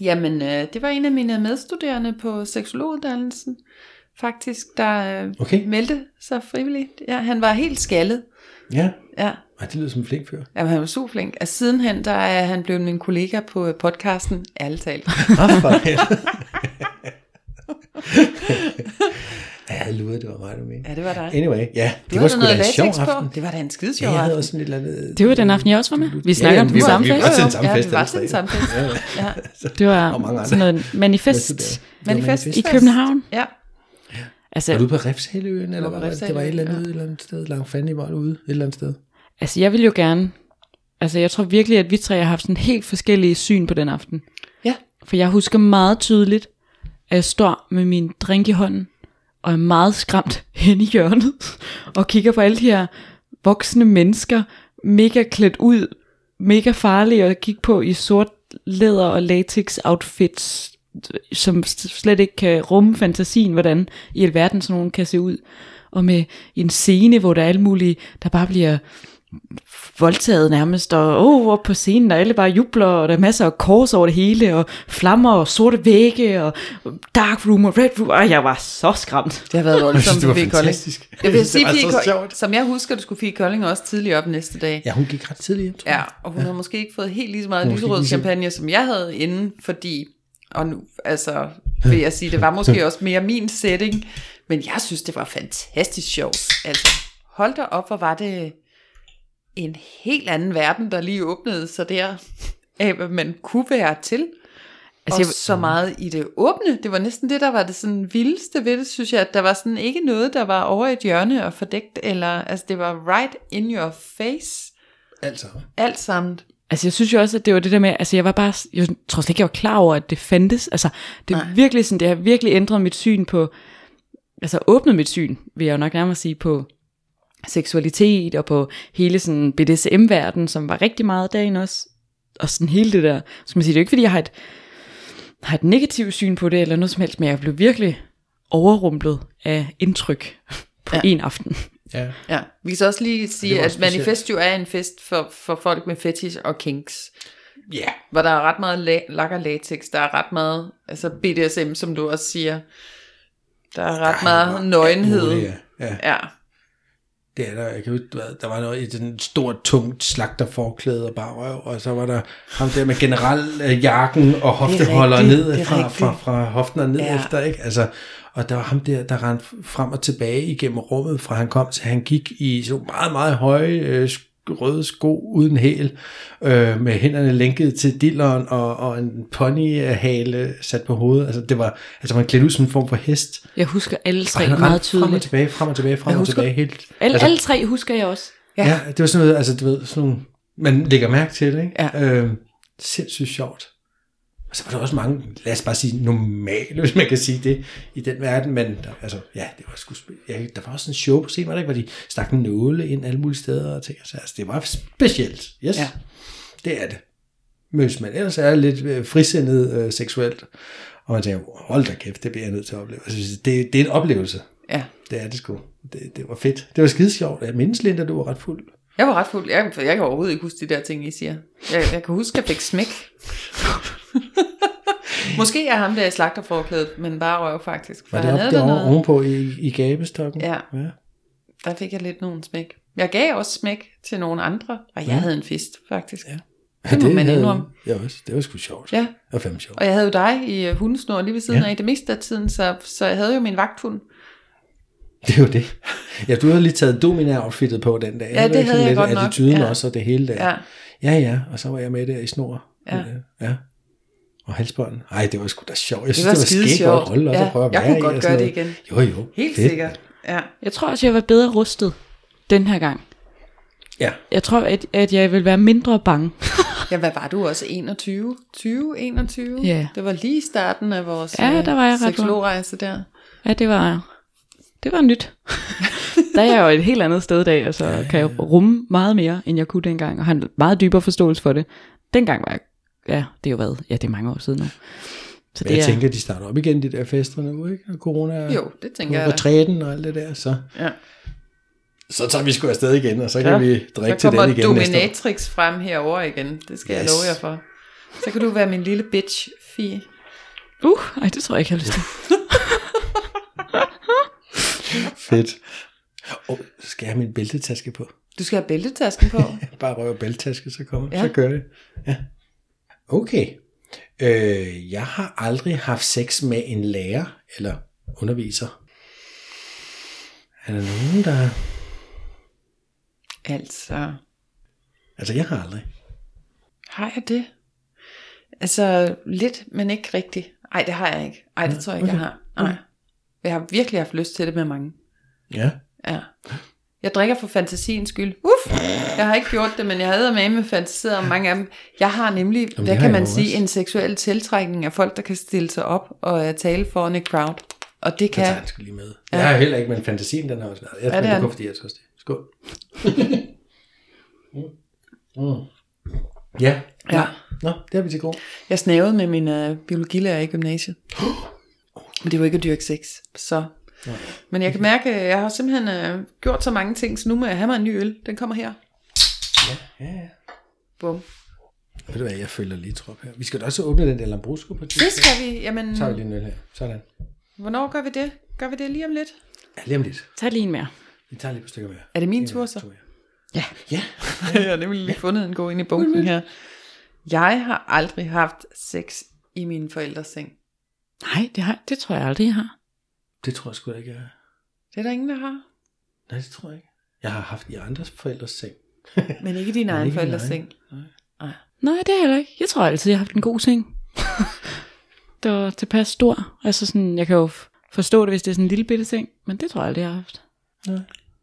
Jamen, øh, det var en af mine medstuderende på seksologuddannelsen, faktisk, der øh, Okay. meldte sig frivilligt. Ja, han var helt skaldet. Ja. Ja, Ej, det lyder som en flink fyr. jamen, han var super flink. Og sidenhen, der er han blevet min kollega på øh, podcasten, ærligt talt. Nå for helvede. ja, jeg lurede, det var mig, du mente. Ja, det var dig. Anyway, ja, det Du var havde sgu da noget en sjov latex aften. på. Det var da en skide Ja, sjov jeg havde aften. også sådan et eller andet... Det var den aften, jeg også var med. Vi snakker om vi den var- samme vi var- fest. til den samme ja, fest, vi var alle til tre. den samme fest. Ja. Det Og mange var andre. sådan noget manifest. Manifest. manifest. I København? Ja. Altså, Var du på Refshaløen, eller på hvad var det? Det var et eller andet, et eller andet sted, langt fanden i var ude, et eller andet sted. altså, jeg vil jo gerne... Altså, jeg tror virkelig, at vi tre har haft sådan helt forskellige syn på den aften. ja. For jeg husker meget tydeligt, at jeg står med min drink i hånden, og er meget skræmt hen i hjørnet, og kigger på alle de her voksne mennesker, mega klædt ud, mega farlige, og kigge på i sort læder og latex outfits, som s- slet ikke kan rumme fantasien, hvordan i alverden sådan nogen kan se ud. Og med en scene, hvor der er alle mulige, der bare bliver voldtaget nærmest, og oh, op på scenen, og alle bare jubler, og der er masser af kors over det hele, og flammer og sorte vægge, og dark room og red room, og jeg var så skræmt. Det har været Jeg synes, voldsomt det på var Fie Kolding. fantastisk. Jeg vil sige, det var så Fie, sjovt. som jeg husker, du skulle Fie Kolding også tidligt op næste dag. Ja, hun gik ret tidligt hjem, tror jeg. Ja, og hun ja. havde måske ikke fået helt lige så meget Hun fik lyserød lige så- champagne, som jeg havde inden, fordi, og nu, altså, vil jeg sige, det var måske også mere min setting, men jeg synes, det var fantastisk sjovt. Altså, hold da op, hvor var det en helt anden verden, der lige åbnede sig der, af hvad man kunne være til. Altså, og jeg- så meget i det åbne. Det var næsten det, der var det sådan vildeste ved det, synes jeg. At der var sådan ikke noget, der var over et hjørne og fordækt. Eller, altså, det var right in your face. Altså. Alt sammen. Altså jeg synes jo også, at det var det der med, altså jeg var bare, jeg tror slet ikke, jeg var klar over, at det fandtes. Altså det er Nej. virkelig sådan, det har virkelig ændret mit syn på, altså åbnet mit syn, vil jeg jo nok nærmere sige, på seksualitet og på hele sådan BDSM-verden, som var rigtig meget dagen også. Og sådan hele det der, skal man sige, det er jo ikke fordi, jeg har et, har et negativt syn på det, eller noget som helst, men jeg blev virkelig overrumplet af indtryk på Ja. ja. en aften. Ja. Ja, vi kan så også lige sige, var at specielt. Manifest jo er en fest for, for folk med fetish og kinks, Ja. hvor der er ret meget la- lak og latex, der er ret meget, altså BDSM, som du også siger, der er ret meget nøgenhed. Muligt, ja. ja. Ja, Det er der, jeg kan huske, du ved, der var noget i den stort, tungt slagterforklæde og bagrøv, og så var der ham der med general øh, jakken og hofteholder rigtigt, det ned er fra, rigtigt. fra, fra hoften og ned Ja. ja. efter, ikke? Altså, og der var ham der, der rendte frem og tilbage igennem rummet, fra han kom til han gik i så meget, meget høje øh, sk- røde sko uden hæl, øh, med hænderne lænket til dilleren og, og en ponyhale sat på hovedet. Altså, det var, altså man klædte ud som en form for hest. Jeg husker alle Og tre han meget rendte frem og tydeligt. tilbage, frem og tilbage, frem Jeg og husker- tilbage. Helt, Altså, Alle, Altså- alle tre husker jeg også. Ja. ja, det var sådan noget, altså du ved, sådan nogle, man lægger mærke til det, ikke? Ja. Øh, sindssygt sjovt. Og så var der også mange, lad os bare sige normale, hvis man kan sige det, i den verden, men der, altså, ja, det var sgu, spe- ja, der var også sådan en show på scenen, var der ikke, hvor de stak en nåle ind alle mulige steder og ting, altså, altså det var specielt, yes, Ja. ja. det er det. Men hvis man ellers er lidt øh, frisindet øh, seksuelt, og man tænker, hold da kæft, det bliver jeg nødt til at opleve, altså, det, det er en oplevelse, ja. det er det sgu, det, det var fedt, det var skide sjovt, jeg mindes Linda, du var ret fuld. Jeg var ret fuld. Jeg, jeg kan overhovedet ikke huske de der ting, I siger. Jeg, jeg kan huske, at jeg fik smæk. Måske er ham der i slagterforklædet, men bare røv faktisk. For Var det han op Uh. havde der da oven, noget. ovenpå i, i gabestokken? Ja. ja. Der fik jeg lidt nogen smæk. Jeg gav også smæk til nogle andre, og jeg havde en fest faktisk. Ja. Det må man havde- indrømme. Ja, også. det var sgu sjovt. Ja, Det var fandme sjovt. og jeg havde jo dig i øh, hundesnor lige ved siden ja. Ja. af i det meste af tiden, så, så jeg havde jo min vagthund. Det er jo det. Ja, du havde lige taget domina-outfittet på den dag. det var havde sådan jeg lidt godt nok, Attituden ja. ja. også, og det hele der. Ja. ja, ja, og så var jeg med der i snor. Ja. ja. Og halsbånden. Ej, det var sgu da sjovt. Jeg synes, var det var, skide skægt sjovt. at holde op Ja, og prøve at jeg være kunne i godt og sådan gøre det noget. Jo, jo. Helt fedt. sikkert. Ja. Jeg tror også, jeg var bedre rustet den her gang. Ja, Jeg tror, at, at jeg vil være mindre bange. ja, hvad var du også? 21? 20? 21? Ja. Det var lige i starten af vores Ja, der var jeg ret ung. seksologrejse der. Ja, det var, det var nyt. der er jeg jo et helt andet sted i dag, og så kan jeg rumme meget mere, end jeg kunne dengang, og har en meget dybere forståelse for det. Dengang var jeg ja, det er jo været, ja, det er mange år siden nu. Så Men jeg tænker, de starter op igen, de der fester nu, ikke? Og corona Jo, det tænker jeg og da. retræten og alt det der, så, Ja. så tager vi sgu afsted igen, og så kan vi drikke så til kommer den igen næste år. Dominatrix frem herover igen. Det skal yes. jeg Yes. love jer for. Så kan du være min lille bitch, Fie. Uh, ej, det tror jeg ikke, jeg har lyst til. Fedt. Og så skal jeg have min bæltetaske på. Du skal have bæltetasken på. Bare røv bæltetaske, så kommer Ja. ja. så kører det. Ja. Okay. Øh, jeg har aldrig haft sex med en lærer eller underviser. Er der nogen, der... altså, Altså, jeg har aldrig. har jeg det? Altså, lidt, men ikke rigtigt. Ej, det har jeg ikke. Ej, det tror jeg ikke, jeg har. Nej. Jeg har virkelig haft lyst til det med mange. Ja. Ja. Jeg drikker for fantasiens skyld. Uff, jeg har ikke gjort det, men jeg havde med med fantaseret om mange af dem. Jeg har nemlig, Jamen, har hvad kan jeg man jo sige, også. en seksuel tiltrækning af folk, der kan stille sig op og øh, tale foran et crowd. Og det Det kan tager han sgu lige med. Ja. Jeg har heller ikke, men fantasien, den har også været. Jeg det ja, det er er den. kun fordi, jeg tør det. Skål. mm. Mm. Ja. Ja. Nå, det har vi til gode. Jeg snavede med min øh, biologilærer i gymnasiet. Men det var ikke at dyrke sex, så... Men jeg kan mærke, at jeg har simpelthen øh, gjort så mange ting, så nu må jeg have mig en ny øl. Den kommer her. Ja, ja. Bum. Ved du hvad, jeg føler lige trop her. Vi skal da også åbne den der Lambrusco på Det tidspunkt. skal vi. Jamen, Så tager vi lige en øl her. Sådan. hvornår gør vi det? Gør vi det lige om lidt? Ja, lige om lidt. Tag lige en mere. Vi tager lige på stykker mere. Er det min tur så? Tror jeg. Ja. Ja. jeg har nemlig lige fundet en god ind i bunken her. Jeg har aldrig haft sex i min forældres seng. Nej, det, har, det tror jeg aldrig, jeg har. Det tror jeg sgu da ikke, jeg har. Det er der ingen, der har. Nej, det tror jeg ikke. Jeg har haft i andres forældres seng. Men ikke din Men egen ikke din forældres egen. seng. Nej, det har jeg heller ikke. Jeg tror altid, jeg har haft en god seng. det var tilpas stor. Altså sådan, jeg kan jo f- forstå det, hvis det er sådan en lille bitte seng, men det tror jeg aldrig, jeg har haft.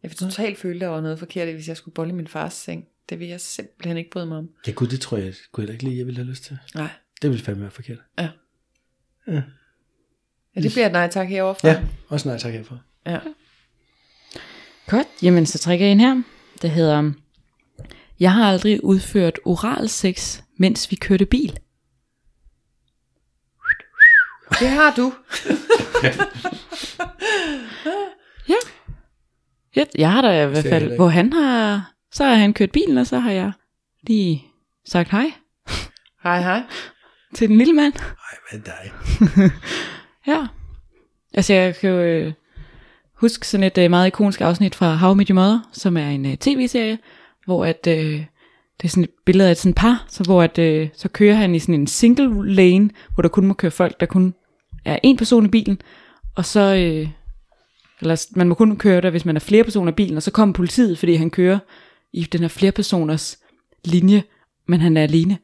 Jeg vil totalt føle, der var noget forkert, i, hvis jeg skulle bolle i min fars seng. Det vil jeg simpelthen ikke bryde mig om. Ja, gud, det tror jeg, kunne jeg da ikke lige, jeg ville have lyst til. Nej. Det ville fandme være forkert. Ja, det bliver et nej tak herovre fra. Ja, også nej tak herfra. ja. Godt, jamen så trækker jeg en her. Det hedder, um, jeg har aldrig udført oral sex, mens vi kørte bil. Det har du. Ja. Jeg, jeg har da i hvert heller fald, ikke. hvor han har, så har han kørt bilen, og så har jeg lige sagt hej Hej, hej. til den lille mand. Ej, hvad er dig? Ja. Altså, jeg kan jo øh, huske sådan et øh, meget ikonisk afsnit fra How I Met Your Mother, som er en øh, tv-serie, hvor at, øh, det er sådan et billede af et sådan par, så, hvor at, øh, så kører han i sådan en single lane, hvor der kun må køre folk, der kun er en person i bilen, og så, øh, eller s- man må kun køre der, hvis man er flere personer i bilen, og så kommer politiet, fordi han kører i den her flere personers linje, men han er alene.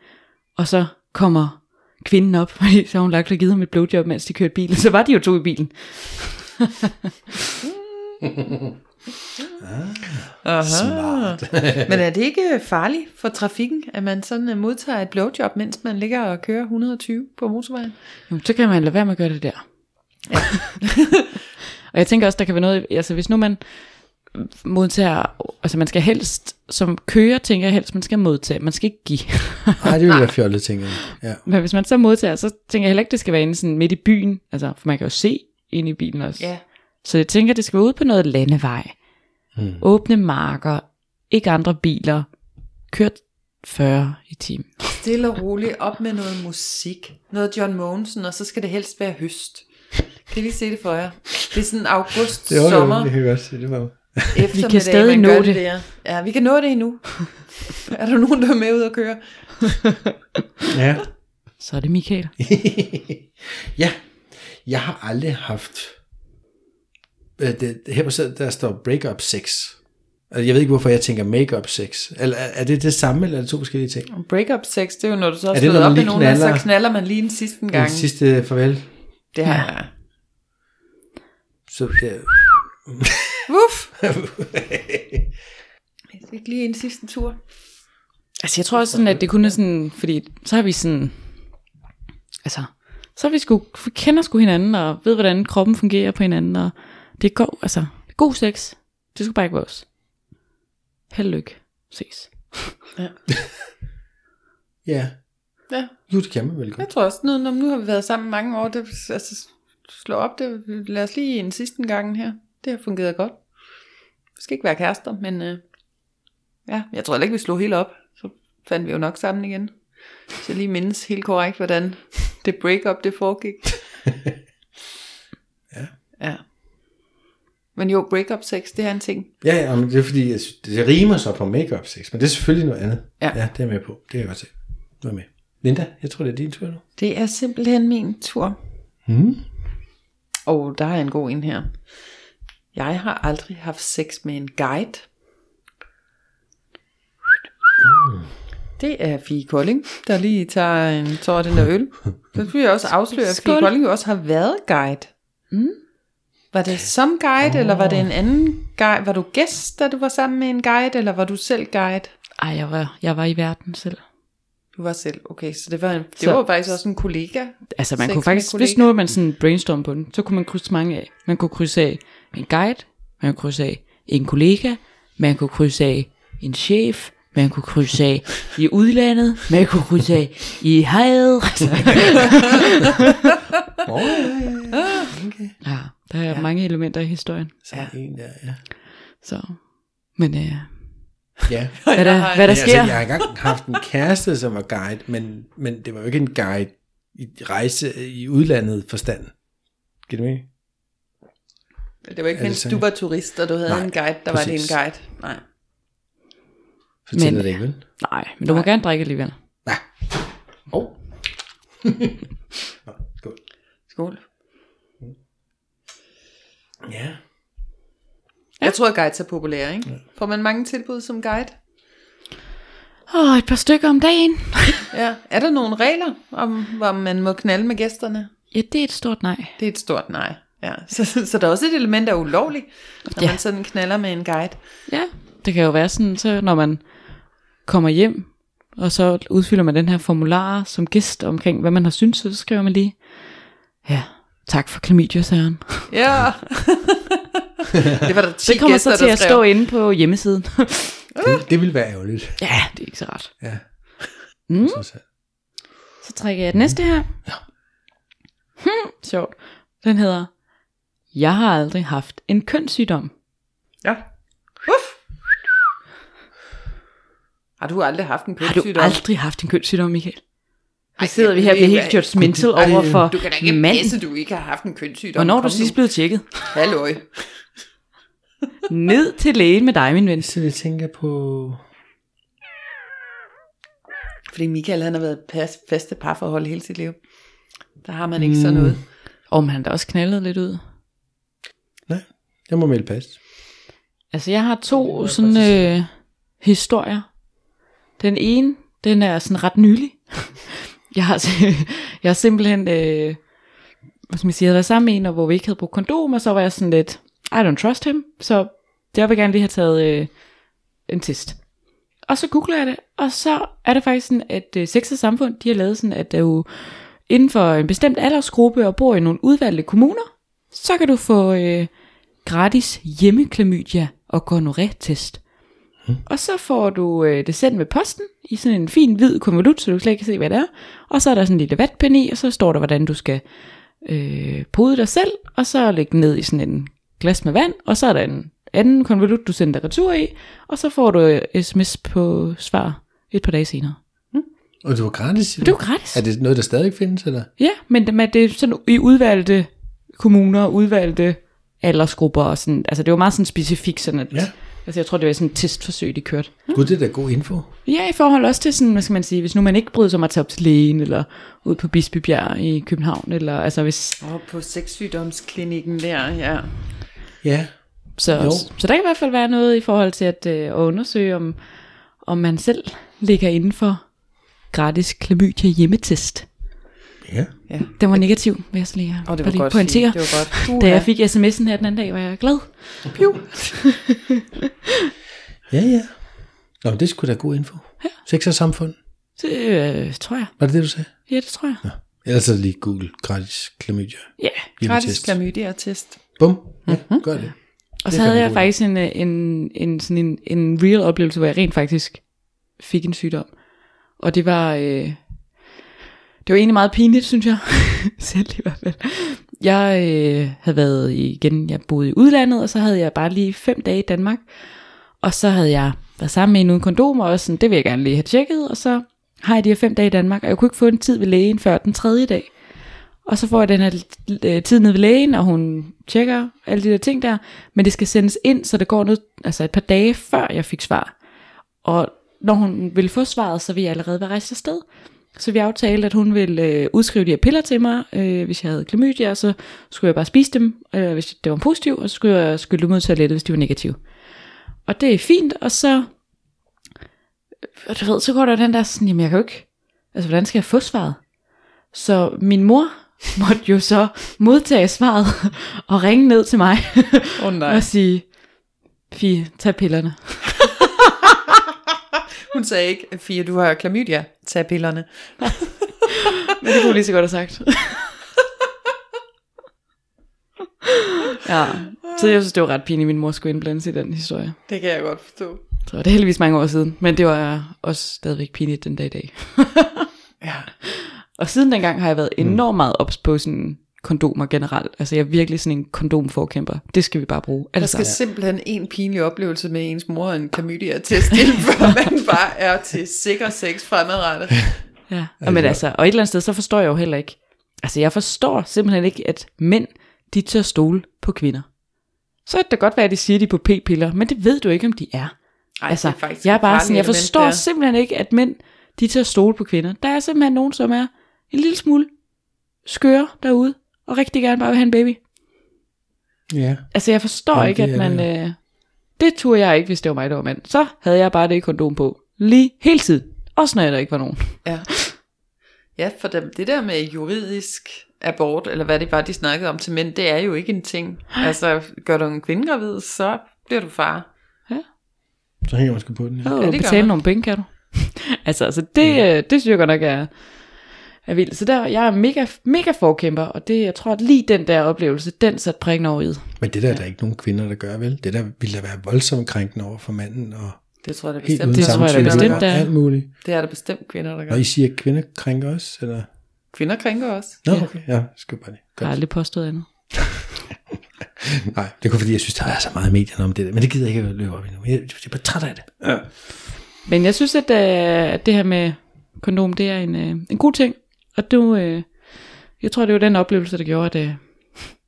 Og så kommer kvinden op, fordi så har hun lagt og givet ham et blowjob, mens de kørte bilen. Så var de jo to i bilen. Aha. Smart. Men er det ikke farligt for trafikken, at man sådan øh, modtager et blowjob, mens man ligger og kører 120 på motorvejen? Jamen, så kan man lade være med at gøre det der. og jeg tænker også, der kan være noget, altså hvis nu man modtager, altså man skal helst, som kører, tænker jeg helst, man skal modtage, man skal ikke give. Nej, det ville være fjollet, tænker jeg. Ja. Men hvis man så modtager, så tænker jeg heller ikke, det skal være inde sådan midt i byen, altså for man kan jo se ind i bilen også. Ja. Så jeg tænker, det skal være ude på noget landevej. Mm. Åbne marker, ikke andre biler, kørt 40 i timen. Stille og roligt op med noget musik. Noget John Mogensen, og så skal det helst være høst. Kan I lige se det for jer? Det er sådan august, Det var sommer, det, kan godt se. Det var eftermiddag, Vi kan stadig man nå gør det. der. Ja, vi kan nå det endnu. er der nogen, der er med ud at køre? Ja. Så er det Michael. ja. Jeg har aldrig haft... Øh, Det, her på siden, der står break-up sex. Altså, Jeg ved ikke, hvorfor jeg tænker make-up sex. Eller, er er det det samme, eller er det to forskellige ting? Breakup sex, det er jo når du så har Er det, slået når man op med lige nogen, og så knaller? knaller man lige en sidste gang. Den sidste farvel. Det har jeg. Så det, Wuff! Jeg fik lige en sidste tur. Altså jeg tror også sådan, at det kun er sådan, fordi så har vi sådan, altså, så har vi sgu, vi kender sgu hinanden, og ved, hvordan kroppen fungerer på hinanden, og det er god, altså, det er god sex. Det skulle bare ikke være os. Held og lykke. Ses. ja. Ja. Jo, det kan man vel godt. Jeg tror også, nu, når nu har vi været sammen mange år, det, altså, slå op, det, lad os lige en sidste gang her. Det har fungeret godt. Vi skal ikke være kærester, men øh, ja, jeg tror heller ikke, vi slog helt op. Så fandt vi jo nok sammen igen. Så jeg lige mindes helt korrekt, hvordan det breakup det foregik. Ja. ja. Men jo, breakup sex, det er en ting. Ja, ja, men det er fordi, jeg synes, det rimer så på makeup sex, men det er selvfølgelig noget andet. Ja. ja det er jeg med på. Det kan jeg godt se. Du er med. Linda, jeg tror, det er din tur nu. Det er simpelthen min tur. Hmm. Og der er en god en her. Jeg har aldrig haft sex med en guide. Det er Fie Kolding, der lige tager en tår af den der øl. Så skal jeg også afsløre, at Fie Skål. Kolding jo også har været guide. Mm. Var det som guide, oh. eller var det en anden guide? Var du gæst, da du var sammen med en guide, eller var du selv guide? Ej, jeg var, jeg var i verden selv. Du var selv, okay, så det var, en, det Så- var faktisk også en kollega. Altså man Sex kunne med faktisk, kollega. hvis nu at man sådan brainstorm på den, så kunne man krydse mange af. Man kunne krydse af en guide, man kunne krydse af en kollega, man kunne krydse af en chef, man kunne krydse af i udlandet, man kunne krydse af i havet. Altså, Oh, ja, ja, ja. Okay. ja, der er ja. mange elementer i historien. Så ja. en der, ja. Så. Men øh, ja. hvad, der, hvad der Altså, sker? jeg har engang haft en kæreste, som var guide, men, men det var jo ikke en guide i rejse i udlandet forstand. Kan du med? Det var ikke, Er det mens så- du var turist, og du havde Nej, Nej, en guide, der præcis. var det præcis. en guide. Nej. Så tæller Men- det ikke, vel? Nej, men du må gerne drikke alligevel. Nej. Åh. Oh. Nå, skål. Skål. Ja. Jeg tror, at guides er populære, ikke? Får man mange tilbud som guide? Åh, et par stykker om dagen. Ja. Er der nogle regler om, hvor man må knalde med gæsterne? Ja, det er et stort nej. Det er et stort nej. Ja. Så, så der er også et element af ulovligt, når Ja. ja. man sådan knaller med en guide. Ja, det kan jo være sådan, så når man kommer hjem, og så udfylder man den her formular som gæst omkring, hvad man har syntes, så skriver man lige, ja, tak for klamydiasæren. Ja. det var der 10 Det kommer gæster, så til der at skrev. stå inde på hjemmesiden. Det, det ville være ærgerligt. ja, det er ikke så rart. Ja. Mm. Interessant. Så trækker jeg den næste her. Ja. Hmm, sjovt. Den hedder, jeg har aldrig haft en kønssygdom. Ja. Uf. Har du aldrig haft en Har du kønssygdom? aldrig haft en kønssygdom, Michael? Nu Ej, sidder jeg vi her og ved bliver ikke, helt hvad- judgmental Ej, over for Du kan da ikke manden. pisse, du ikke har haft en kønssygdom. Hvornår er du Kom sidst nu. blevet tjekket? Halløj. Ned til lægen med dig, min ven. Så jeg tænker på... Fordi Michael han har været pas, faste parforhold hele sit liv. Der har man ikke mm. sådan Mm. noget. Om han da også knaldede lidt ud. Nej, jeg må melde pas. Altså, jeg har to jeg sådan faktisk øh, historier. Den ene, den er sådan ret nylig. jeg, har, sim- jeg har simpelthen, øh, hvad skal man sige, jeg havde været sammen med en, og hvor vi ikke havde brugt kondom, og så var jeg sådan lidt, I don't trust him, så jeg vil gerne lige have taget øh, en test. Og så googler jeg det, og så er det faktisk sådan, at øh, Sex og Samfund, de har lavet sådan, at der jo inden for en bestemt aldersgruppe og bor i nogle udvalgte kommuner, så kan du få øh, gratis hjemmeklamydia og gonoré-test. Hmm. Og så får du øh, det sendt med posten i sådan en fin hvid konvolut, så du slet ikke kan se, hvad det er. Og så er der sådan en lille vatpind i, og så står der, hvordan du skal øh, pode dig selv, og så lægge den ned i sådan en glas med vand, og så er der en anden konvolut, du sender retur i, og så får du øh, sms på svar et par dage senere. Og det var gratis, siger Det er du? jo gratis. Er det noget, der stadig findes, eller? Ja, men det, men det er sådan i udvalgte kommuner, udvalgte aldersgrupper og sådan, altså det var meget sådan specifikt sådan, at, Ja. altså jeg tror, det var sådan et testforsøg, de kørte. Gud, det er da god info. Ja, i forhold også til sådan, hvad skal man sige, hvis nu man ikke bryder sig om at tage op til lægen, eller ud på Bispebjerg i København, eller altså hvis, Og på sexsygdomsklinikken der, ja. Ja. så, Jo. så der kan i hvert fald være noget i forhold til at, øh, at undersøge, om, om man selv ligger inden for gratis klamydia hjemmetest. Ja. ja. Den var negativ, vil jeg så lige, Og det bare var lige godt pointere. sige. Det var godt. Da Uha. jeg fik sms'en her den anden dag, var jeg glad. Piu. Ja, ja. Nå, men det skulle da god info. Ja. Sex og samfund. Det øh, tror jeg. Var det det, du sagde? Ja, det tror jeg. Ja. Ellers så lige Google gratis klamydia. Ja. Yeah. Gratis hjemmetest. klamydia-test. Bum. Ja, Mhm. gør det. Og Det så er havde fandme jeg god faktisk en, øh, en, en, sådan en, en real oplevelse, hvor jeg rent faktisk fik en sygdom. Og det var, øh, Det var egentlig meget pinligt, synes jeg. Selv i hvert fald. Jeg øh, havde været igen, jeg boede i udlandet, og så havde jeg bare lige fem dage i Danmark. Og så havde jeg været sammen med en uden kondom, og også sådan, det vil jeg gerne lige have tjekket. Og så har jeg de her fem dage i Danmark, og jeg kunne ikke få en tid ved lægen før den tredje dag. Og så får jeg den her øh, tid nede ved lægen, og hun tjekker alle de der ting der. Men det skal sendes ind, så det går noget, altså et par dage før jeg fik svar. Og når hun ville få svaret, så ville jeg allerede være rejst afsted. Så vi aftalte, at hun ville øh, udskrive de her piller til mig, øh, hvis jeg havde klamydia, og så skulle jeg bare spise dem, øh, hvis det var positiv, og så skulle jeg skylle dem ud til toilettet, hvis de var negativ. Og det er fint, og så, og du ved, så går der den der sådan, jamen jeg kan jo ikke, altså hvordan skal jeg få svaret? Så min mor måtte jo så modtage svaret og ringe ned til mig Åh oh, og sige, Fie, tag pillerne. Hun sagde ikke, Fia, du har klamydia, tag pillerne. Men det kunne hun lige så godt have sagt. ja, så jeg synes, det var ret pinligt, at min mor skulle indblandes i den historie. Det kan jeg godt forstå. Så det er heldigvis mange år siden, men det var også stadigvæk pinligt den dag i dag. Ja. Og siden dengang har jeg været enormt meget ops på sådan kondomer generelt. Altså jeg er virkelig sådan en kondomforkæmper. Det skal vi bare bruge. Der Altså, skal simpelthen en pinlig oplevelse med ens mor og en klamydia-test, inden før man bare er til sikker sex fremadrettet. ja. Og, men altså, og et eller andet sted, så forstår jeg jo heller ikke. Altså jeg forstår simpelthen ikke, at mænd, de tør stole på kvinder. Så kan det da godt være, at de siger, at de er på p-piller, men det ved du ikke, om de er. Ej, Altså, det er faktisk jeg er et bare farligt sådan, jeg element, forstår der. simpelthen ikke, at mænd, de tager stole på kvinder. Der er simpelthen nogen, som er en lille smule skøre derude, og rigtig gerne bare vil have en baby. Ja. Altså, jeg forstår Jamen, Jamen, ikke, det at er man... Øh, det turde jeg ikke, hvis det var mig, der var mand. Så havde jeg bare det kondom på. Lige hele tiden. Også når jeg der ikke var nogen. Ja. ja, for dem, det der med juridisk abort, eller hvad det var, de snakkede om til mænd, det er jo ikke en ting. Altså, gør du en kvinde gravid, så bliver du far. Så hænger man sgu på den. Ja. Og det ja, gør betale man. nogle penge, kan du? altså, altså det, ja. det synes jeg godt nok er, er vildt. Så der, jeg er mega, mega forkæmper, og det, jeg tror, at lige den der oplevelse, den satte prikken over i. Men det der er der ikke nogen kvinder, der gør, vel? Det der ville da være voldsomt krænkende over for manden, og Det tror jeg, der er helt bestemt. uden Det tror jeg samtykke. da bestemt, og der er. alt muligt. Det er der bestemt kvinder, der Og gør. I siger, at kvinder krænker os, eller? Kvinder krænker også. Nå, okay. Ja, skal jeg bare lige. Jeg har Godt. aldrig påstået andet. Nej, det er kun fordi, jeg synes, der er så meget i medierne om det der. Men det gider jeg ikke at løbe op i nu. Jeg, jeg er bare træt af det. Ja. Men jeg synes, at, øh, at det her med kondom, det er en, øh, en god ting. Og det, var, øh, jeg tror, det var den oplevelse, der gjorde, at øh,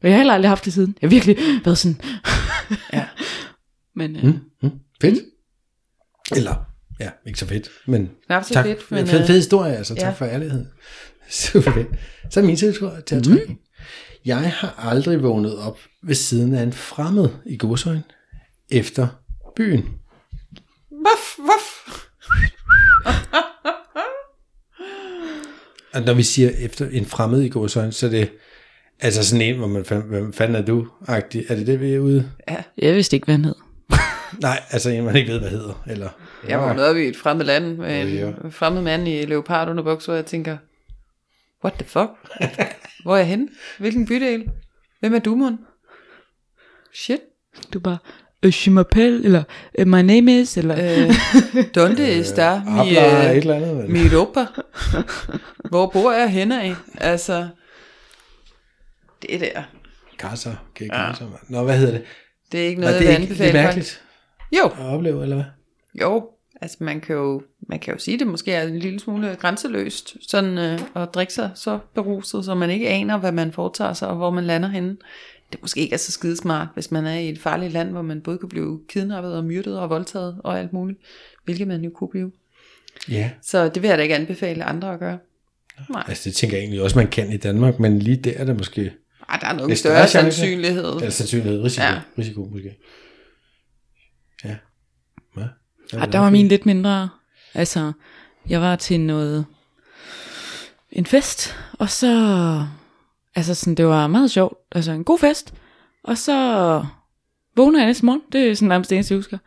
og jeg har heller aldrig haft det siden. Jeg har virkelig været sådan. Ja. Men øh, Mm, mm. Fedt. Eller, ja, ikke så fedt. Men Knap så tak. fedt, men, fed, øh, fed historie, altså. Tak ja. for ærligheden. Super fedt. Så er min tiltur til at trække. Mm. Jeg har aldrig vågnet op ved siden af en fremmed i godsøjen efter byen. Vuff, vuff. Og når vi siger efter en fremmed i godsøjen, så er det altså sådan en, hvor man fandt, hvem fanden er du? -agtig. Er det det, vi er ude? jeg vidste ikke, hvad han hed. Nej, altså en, man ikke ved, hvad hedder. Eller, Jeg var nede i et fremmed land med en Ja. fremmed mand i leopard under bukser, og jeg tænker, what the fuck? Hvor er jeg henne? Hvilken bydel? Hvem er du, mon? Shit. Du bare, øh, je m'appelle, eller øh, my name is, eller... Øh. Øh, Donde está mi, Abla, et øh, eller andet. Eller? mi Europa? Hvor bor jeg henne af? Altså, det der. Kasser. Okay, kasser. mand. Nå, hvad hedder det? Det er ikke Nå, noget, det, er jeg vil ikke, det er anbefale folk. mærkeligt Jo, at opleve, eller hvad? jo. Altså, man kan jo, man kan jo sige, det måske er en lille smule grænseløst, sådan øh, at drikke sig så beruset, så man ikke aner, hvad man foretager sig, og hvor man lander henne. Det måske ikke er så skidesmart, hvis man er i et farligt land, hvor man både kan blive kidnappet og myrdet og voldtaget og alt muligt, hvilket man jo kunne blive. Ja. Så det vil jeg da ikke anbefale andre at gøre. Nej, Altså, det tænker jeg egentlig også, man kan i Danmark, men lige der er der måske... Ej, der er nok en Hvis større der er chance- Altså, sandsynlighed. Eller sandsynlighed, risiko, ja. Ja. risiko måske. Ja. Hvad? Ej, der var min lidt mindre. Altså, jeg var til noget... En fest, og så... Altså, sådan, det var meget sjovt. Altså, en god fest. Og så vågner jeg næste morgen. Det er sådan nærmest det eneste, jeg husker.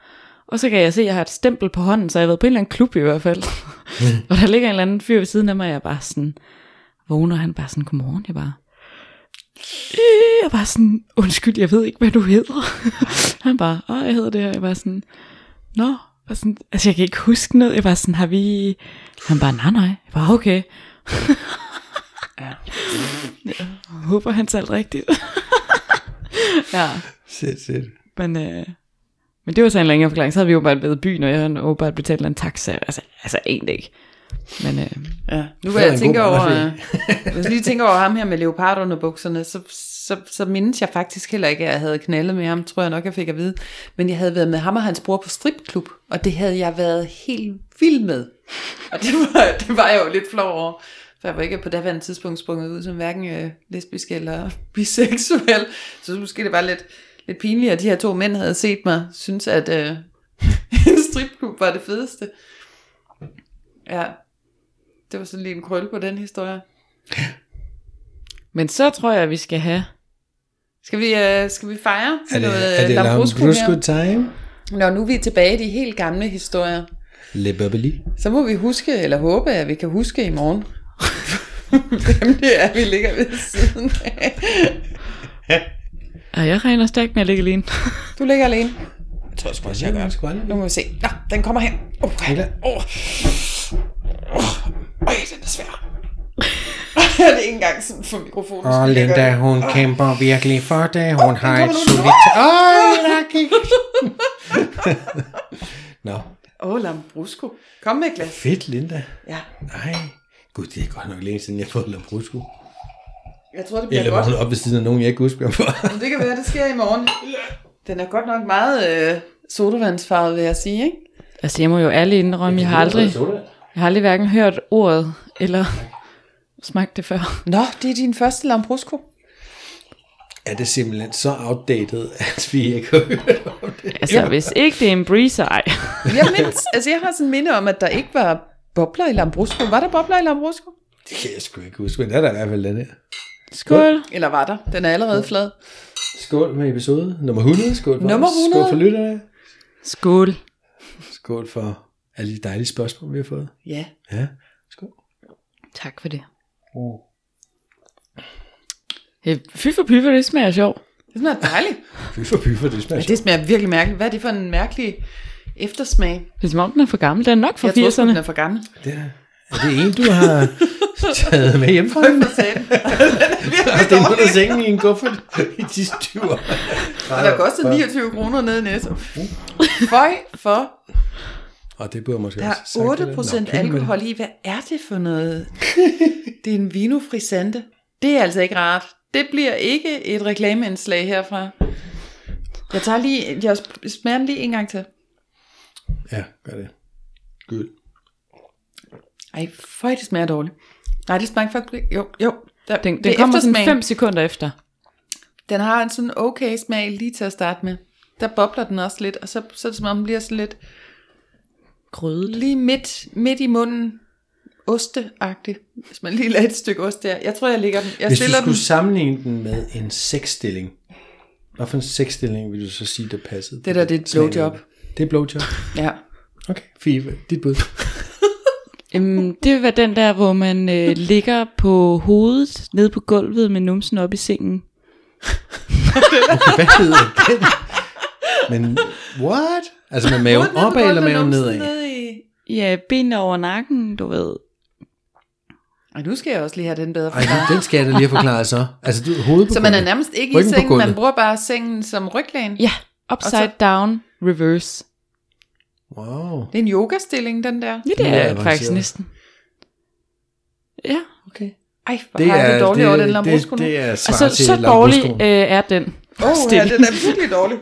Og så kan jeg se, at jeg har et stempel på hånden, så jeg har været på en eller anden klub i hvert fald. og der ligger en eller anden fyr ved siden af mig, og jeg er bare sådan... Vågner og han bare sådan, godmorgen, jeg bare... Øh, Jeg var sådan, undskyld, jeg ved ikke, hvad du hedder. han bare, åh, jeg hedder det her. Jeg var sådan, nå, og sådan, altså jeg kan ikke huske noget. Jeg var sådan, har vi... Han bare, nej, nej. Jeg var okay. Jeg håber, han talte rigtigt. ja, Sæt, sæt. men, øh, men det var så en længere forklaring. Så havde vi åbenbart været i byen, og jeg havde åbenbart betalt en taxa. Altså, altså egentlig ikke. Men øh, Ja, nu Fed vil er en jeg tænke god over, brænderfri. øh, hvis jeg lige tænker over ham her med leopard under bukserne, så, så, så mindes jeg faktisk heller ikke, at jeg havde knaldet med ham, tror jeg nok, jeg fik at vide. Men jeg havde været med ham og hans bror på stripklub, og det havde jeg været helt vild med. Og det var, det var jeg jo lidt flov over, for jeg var ikke på daværende tidspunkt sprunget ud som hverken øh, lesbisk eller biseksuel. Så måske det var lidt, lidt pinligt, at de her to mænd havde set mig, synes at øh, en stripklub var det fedeste. Ja, det var sådan lige en krølle på den historie. Men så tror jeg, vi skal have... Skal vi, øh, skal vi fejre Er til det, noget øh, er det lambrusco Lambrusco her? time? Når nu vi er tilbage i de helt gamle historier, Le Bubbly. så må vi huske, eller håbe, at vi kan huske i morgen, hvem det er, vi ligger ved siden af. Og jeg regner stærkt med at ligge alene. Du ligger alene. Jeg tror sgu også, jeg gør det. Nu må vi se. Nå, den kommer her. Åh, oh, Hella. oh. oh. Øj, den er svær. det er ikke engang sådan for mikrofonen. Og skulle jeg gøre Linda, det. hun kæmper virkelig for det. Hun har et kommer nu. solidt... Åh, der gik... Nå, Åh, oh, Lambrusco. Kom med et glas. fedt, Linda. Ja. Nej. Gud, det er godt nok længe siden, jeg har fået Lambrusco. Jeg tror, det bliver Eller var godt. hun oppe ved siden af nogen, jeg ikke husker for. Men det kan være, det sker i morgen. Den er godt nok meget øh, sodavandsfarvet, vil jeg sige, ikke? Altså, jeg må jo ærligt indrømme, jeg har aldrig, jeg har aldrig hverken hørt ordet eller smagt det før. Nå, det er din første Lambrusco. Er det simpelthen så outdated, at vi ikke har hørt om det? Altså, ja. hvis ikke det er en breezer, ej. Jeg mindst, altså jeg har sådan minde om, at der ikke var bobler i Lambrusco. Var der bobler i Lambrusco? Det kan jeg sgu ikke huske, men det er der i hvert fald den her. Skål. Eller var der? Den er allerede flad. Skål med episode nummer 100. Skål for, Nummer os. 100. Skål for lytterne. Skål. Skål for alle de dejlige spørgsmål, vi har fået. Ja. Ja, skål. Tak for det. Uh. Hey, Øh, fy for pyffer, det smager sjovt. Det smager dejligt. Fy for pyffer, det smager Men det smager virkelig mærkeligt. Hvad er det for en mærkelig eftersmag? Det er som om, den er for gammel. Den er nok fra Jeg tror, sgu, 80'erne. den er for gammel. sjovt. det er, er det en, du har taget med hjem fra? For satan. Og det er under sengen i en kuffert i de styver. Og der kostede 29 kroner nede i Netto. Føj for. Og det burde jeg måske Der Altså, også have sagt, det Nå, er 8% pyt med det. alkohol i. Hvad er det for noget? Det er en vino frisante. Det er altså ikke rart. Det bliver ikke et reklameindslag herfra. Jeg tager lige, jeg smager den lige en gang til. Ja, gør det. Gud. Ej, føj, det smager dårligt. Nej, det smager faktisk ikke. Jo, jo. Der, Den, det den er kommer sådan eftersmagen. 5 sekunder efter. Den har en sådan okay smag lige til at starte med. Der bobler den også lidt, og så, så er det som om den bliver sådan lidt Grødet. lige midt, midt i munden. Osteagtigt. Hvis man lige lader et stykke ost der. Jeg tror, jeg ligger den. Jeg Hvis du stiller den. skulle sammenligne den med en sexstilling, hvad for en sexstilling vil du så sige, der passede? Det der, det er et blowjob. Det er blowjob. Ja. Okay, Fie, dit bud. Øhm, det vil være den der, hvor man øh, ligger på hovedet, nede på gulvet med numsen op i sengen. Hvad hedder den? Men what? Altså med maven Hovedet ned på opad eller gulvet, maven numsen nedad? ned i- Ja, benene over nakken, du ved. Ej, nu skal jeg også lige have den bedre Ej, forklaret. den skal jeg da lige have forklaret så. Altså du, hovedet på Så man er gulvet. nærmest ikke i Ryggen på sengen, man gulvet. bruger bare sengen som ryglæn. Ja, upside så- down, reverse. Wow. Det er en yogastilling, den der. Ja, det lyder er det avanceret. faktisk næsten. Ja, Okay. Ej, hvor har jeg det dårligt over den lambrusco det, nu. det er svar altså til så dårlig øh, er den. Åh, oh, ja, stilling. den er virkelig dårlig.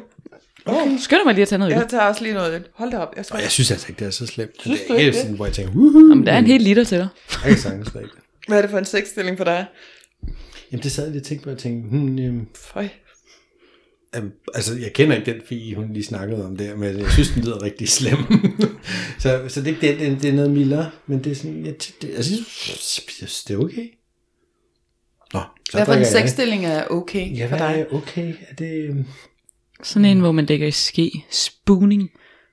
Okay. Skynd mig lige at tage noget øl. Jeg tager også lige noget. øl. Hold da op. Jeg skal... Og jeg synes altså ikke, det er så slemt. Synes det du er ikke ikke det? sådan, hvor jeg tænker, Woohoo! Jamen, der er en hel liter til dig. Jeg kan sagtens drikke det. Hvad er det for en sexstilling for dig? Jamen det sad jeg lige og tænkte på, og jeg tænkte, hmm, jamen, Føj. Jamen, altså, jeg kender ikke den fi, hun lige snakkede om der, men jeg synes, den lyder rigtig slem. så, så det er ikke den, det er noget mildere, men det er sådan, jeg, det, jeg synes, det er okay. Nå, så Hvad for drikker en jeg det. sexstilling er okay Ja, for hvad dig? er okay? Er det, øhm, Sådan en, hvor man ligger i ske. Spooning.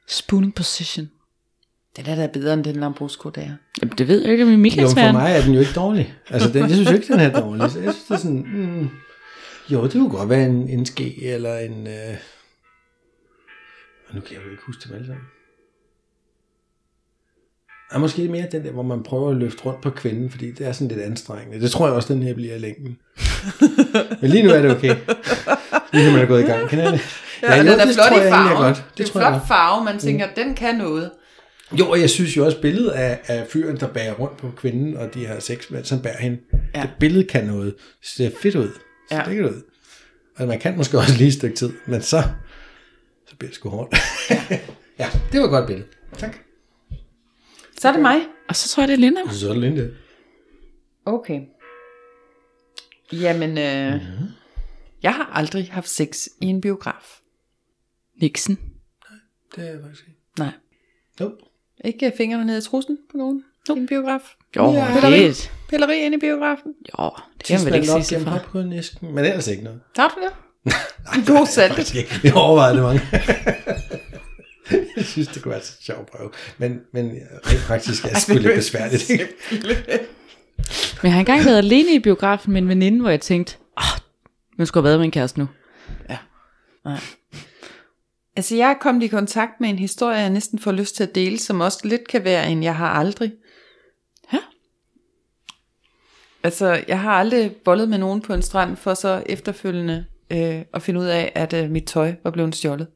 Spooning position. Den er da bedre end den Lambrusco der. Jamen, det ved jeg ikke, om min jo, Michaels for verden. mig er den jo ikke dårlig. Altså, den, jeg synes jo ikke, den er dårlig. Så jeg synes, det er sådan, mm, jo, det kunne godt være en, en ske, eller en... Øh, og nu kan jeg jo ikke huske dem alle sammen. Og måske mere den der, hvor man prøver at løfte rundt på kvinden, fordi det er sådan lidt anstrengende. Det tror jeg også, den her bliver i længden. Men lige nu er det okay. Lige nu man er gået i gang. Kan jeg det? Ja, ja, jo, den er det flot tror i jeg egentlig er farven. godt. Det, Det det er tror jeg flot farve, man tænker, mm. den kan noget. Jo, og jeg synes jo også, billedet af, af fyren, der bærer rundt på kvinden, og de her seks mænd, som bærer hende, Ja. ja. det billede kan noget. Det ser fedt ud. Så Ja. ja. det kan ud. Og man kan måske også lige et stykke tid, men så, så bliver det sgu hårdt. ja, det var et godt billede. Tak. Så er det mig. Og så tror jeg, det er Linda. Så er det Linde. Okay. Jamen, øh, Mhm. mm. jeg har aldrig haft sex i en biograf. Nixon. Det er jeg faktisk ikke. Nej. Nope. Ikke fingrene ned i trussen på nogen no. i en biograf. Jo, ja. Pilleri. det er et- Pilleri ind i biografen. Jo, det kan man vel ikke sige sig fra. på næsten, men ellers ikke noget. Tager du det? En god salt. Faktisk ikke. Jeg overvejede det mange. jeg synes, det kunne være så sjovt at prøve. Men, men rent praktisk er det sgu lidt besværligt. Ikke? Men jeg har engang været alene i biografen med en veninde, hvor jeg tænkte, åh, man skulle have været med en kæreste nu. Altså, jeg er kommet i kontakt med en historie, jeg næsten får lyst til at dele, som også lidt kan være en, jeg har aldrig. Ja. Altså, jeg har aldrig bollet med nogen på en strand, for så efterfølgende øh, at finde ud af, at øh, mit tøj var blevet stjålet.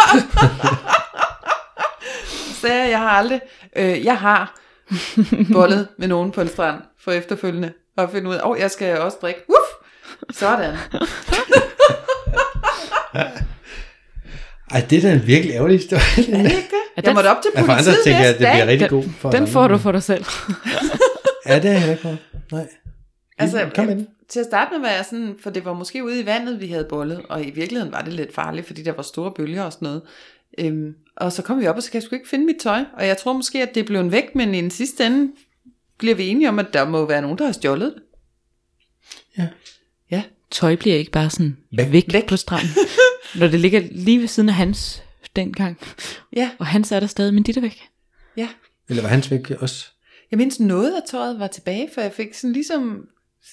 Så jeg, jeg har aldrig, øh, jeg har bollet med nogen på en strand, for efterfølgende at finde ud af, åh, oh, jeg skal også drikke. Uff! Sådan. Ej, det er da en virkelig ærgerlig historie. Linde. Jeg den- måtte op til Ja, for andre politiet tænker jeg, næste at det bliver dag. rigtig god. For Den får du for dig selv. Ja, det er jeg heller ikke for. Nej. Altså, Kom ind. Til at starte med var jeg sådan, for det var måske ude i vandet, vi havde bollet, og i virkeligheden var det lidt farligt, fordi der var store bølger og sådan noget. Øhm, og så kom vi op, og så kan jeg sgu ikke finde mit tøj, og jeg tror måske, at det blev væk, men i den sidste ende bliver vi enige om, at der må være nogen, der har stjålet det. Ja. Ja, Tøj bliver ikke bare sådan Væk. væk, væk, væk. på stranden, når det ligger lige ved siden af hans dengang. ja, Og hans er der stadig, men dit er væk. ja. Eller var hans væk også? Jeg mindes noget af tøjet var tilbage, for jeg fik sådan ligesom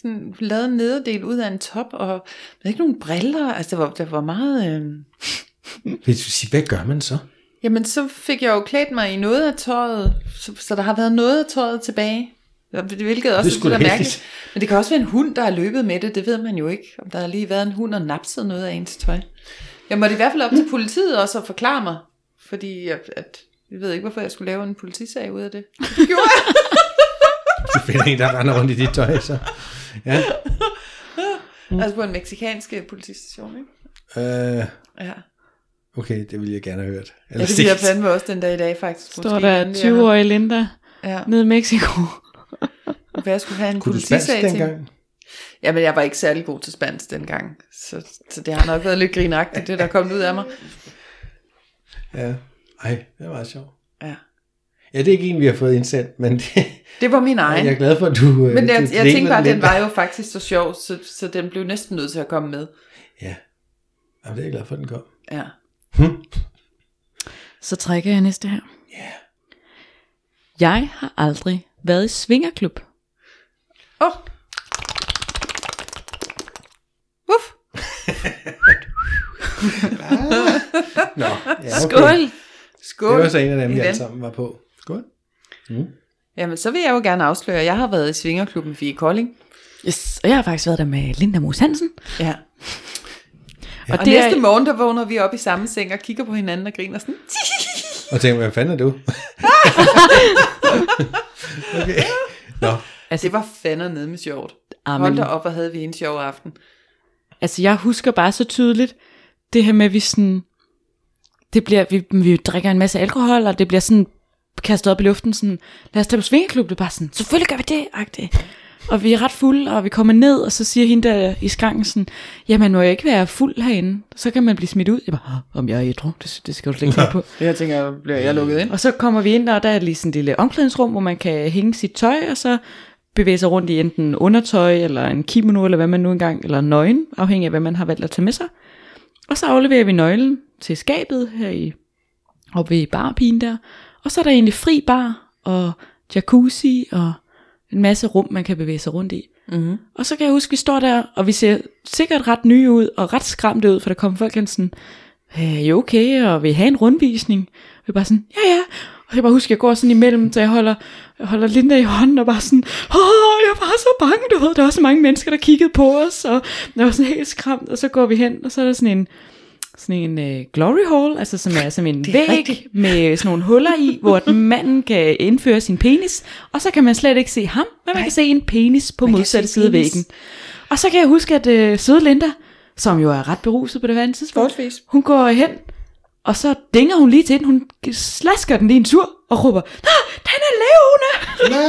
sådan lavet en nederdel ud af en top, og der var ikke nogen briller, altså der var, der var meget... Øh... Vil du sige, hvad gør man så? Jamen, så fik jeg jo klædt mig i noget af tøjet, så, så der har været noget af tøjet tilbage. Hvilket også Det det er er sgu lidt da mærkeligt. Men det kan også være en hund, der har løbet med det. Det ved man jo ikke, om der har lige været en hund og napset noget af ens tøj. Jeg måtte i hvert fald op til politiet også og forklare mig, fordi jeg, at, jeg ved ikke, hvorfor jeg skulle lave en politisag ud af det. Det gjorde jeg. Du finder en, der render rundt i dit tøj, så. Ja. Altså på en meksikansk øh, politistation, ikke? Øh, Ja. okay, det ville jeg gerne have hørt. ja, det bliver jeg fandme også den dag i dag, faktisk. Står Måske der inden jeg- 20-årige Linda Ja, nede i Mexico. hvad jeg skulle have en Kunne du spansk politisag til. dengang? Jamen, jeg var ikke særlig god til spansk dengang, så, så det har nok været lidt grinagtigt, det der er kommet ud af mig. Ja. Ej, det var sjovt. Ja. Ja, det er ikke en, vi har fået indsendt, men det, Det var min egen. jeg er glad for, at du... øh, Men jeg, du jeg deler tænkte bare, at den lidt. var jo faktisk så sjov, så, så den blev næsten nødt til at komme med. Ja. Jamen, det er jeg glad for, at den kom. Ja. Så trækker jeg næste her. Yeah. Jeg har aldrig været i svingerklub. Åh! Oh. Uff! Nå, ja, okay. Skål! Det var så en af dem, vi Igen. alle sammen var på. Skål. Jamen, så vil jeg jo gerne afsløre, at jeg har været i Svingerklubben i Kolding. Yes, og jeg har faktisk været der med Linda Moos Hansen. Ja. Og, Og det næste er... morgen, der vågner vi op i samme seng og kigger på hinanden og griner sådan. Og tænkte, hvad fanden er du? okay. Nå, Det var fandme nede med sjovt. Amen. Hold da op, og havde vi en sjov aften. Ah, Altså, jeg husker bare så tydeligt det her med, at vi sådan... Det bliver, vi, vi drikker en masse alkohol, og det bliver sådan kastet op i luften, sådan, lad os tage på svingeklub, det er bare sådan, selvfølgelig gør vi det, agtigt. Og vi er ret fulde, og vi kommer ned, og så siger hende der i skranken sådan, jamen må jeg ikke være fuld herinde, så kan man blive smidt ud. Jeg bare, "Hå, om jeg er ædru, det, det skal du slet ikke tænke på. Det her tænker jeg, bliver jeg lukket ind. Og så kommer vi ind, og der er lige sådan et lille omklædningsrum, hvor man kan hænge sit tøj, og så bevæge sig rundt i enten undertøj, eller en kimono, eller hvad man nu engang, eller nøgen, afhængig af hvad man har valgt at tage med sig. Og så afleverer vi nøglen til skabet her i, oppe ved barpigen der. Og så er der egentlig fri bar, og jacuzzi, og en masse rum, man kan bevæge sig rundt i. Mm-hmm. Og så kan jeg huske, vi står der, og vi ser sikkert ret nye ud, og ret skræmte ud, for der kom folk hen sådan, "Øh, er I okay, og vi have en rundvisning? Og vi bare sådan, ja ja. Og jeg kan bare huske, at jeg går sådan imellem, så jeg holder, jeg holder Linda i hånden og bare sådan, åh, jeg var så bange, du ved, der var så mange mennesker, der kiggede på os, og jeg var sådan helt skræmt, og så går vi hen, og så er der sådan en, sådan en øh, glory hall, altså som er som en væg rigtigt. med sådan nogle huller i, hvor at manden kan indføre sin penis, og så kan man slet ikke se ham, men man kan se en penis på kan modsatte se side af penis. væggen. Og så kan jeg huske, at øh, søde Linda, som jo er ret beruset på det her tidspunkt, Forholdsvis. hun går hen, og så dinger hun lige til den, hun slasker den lige en tur, og råber, ah, den er levende!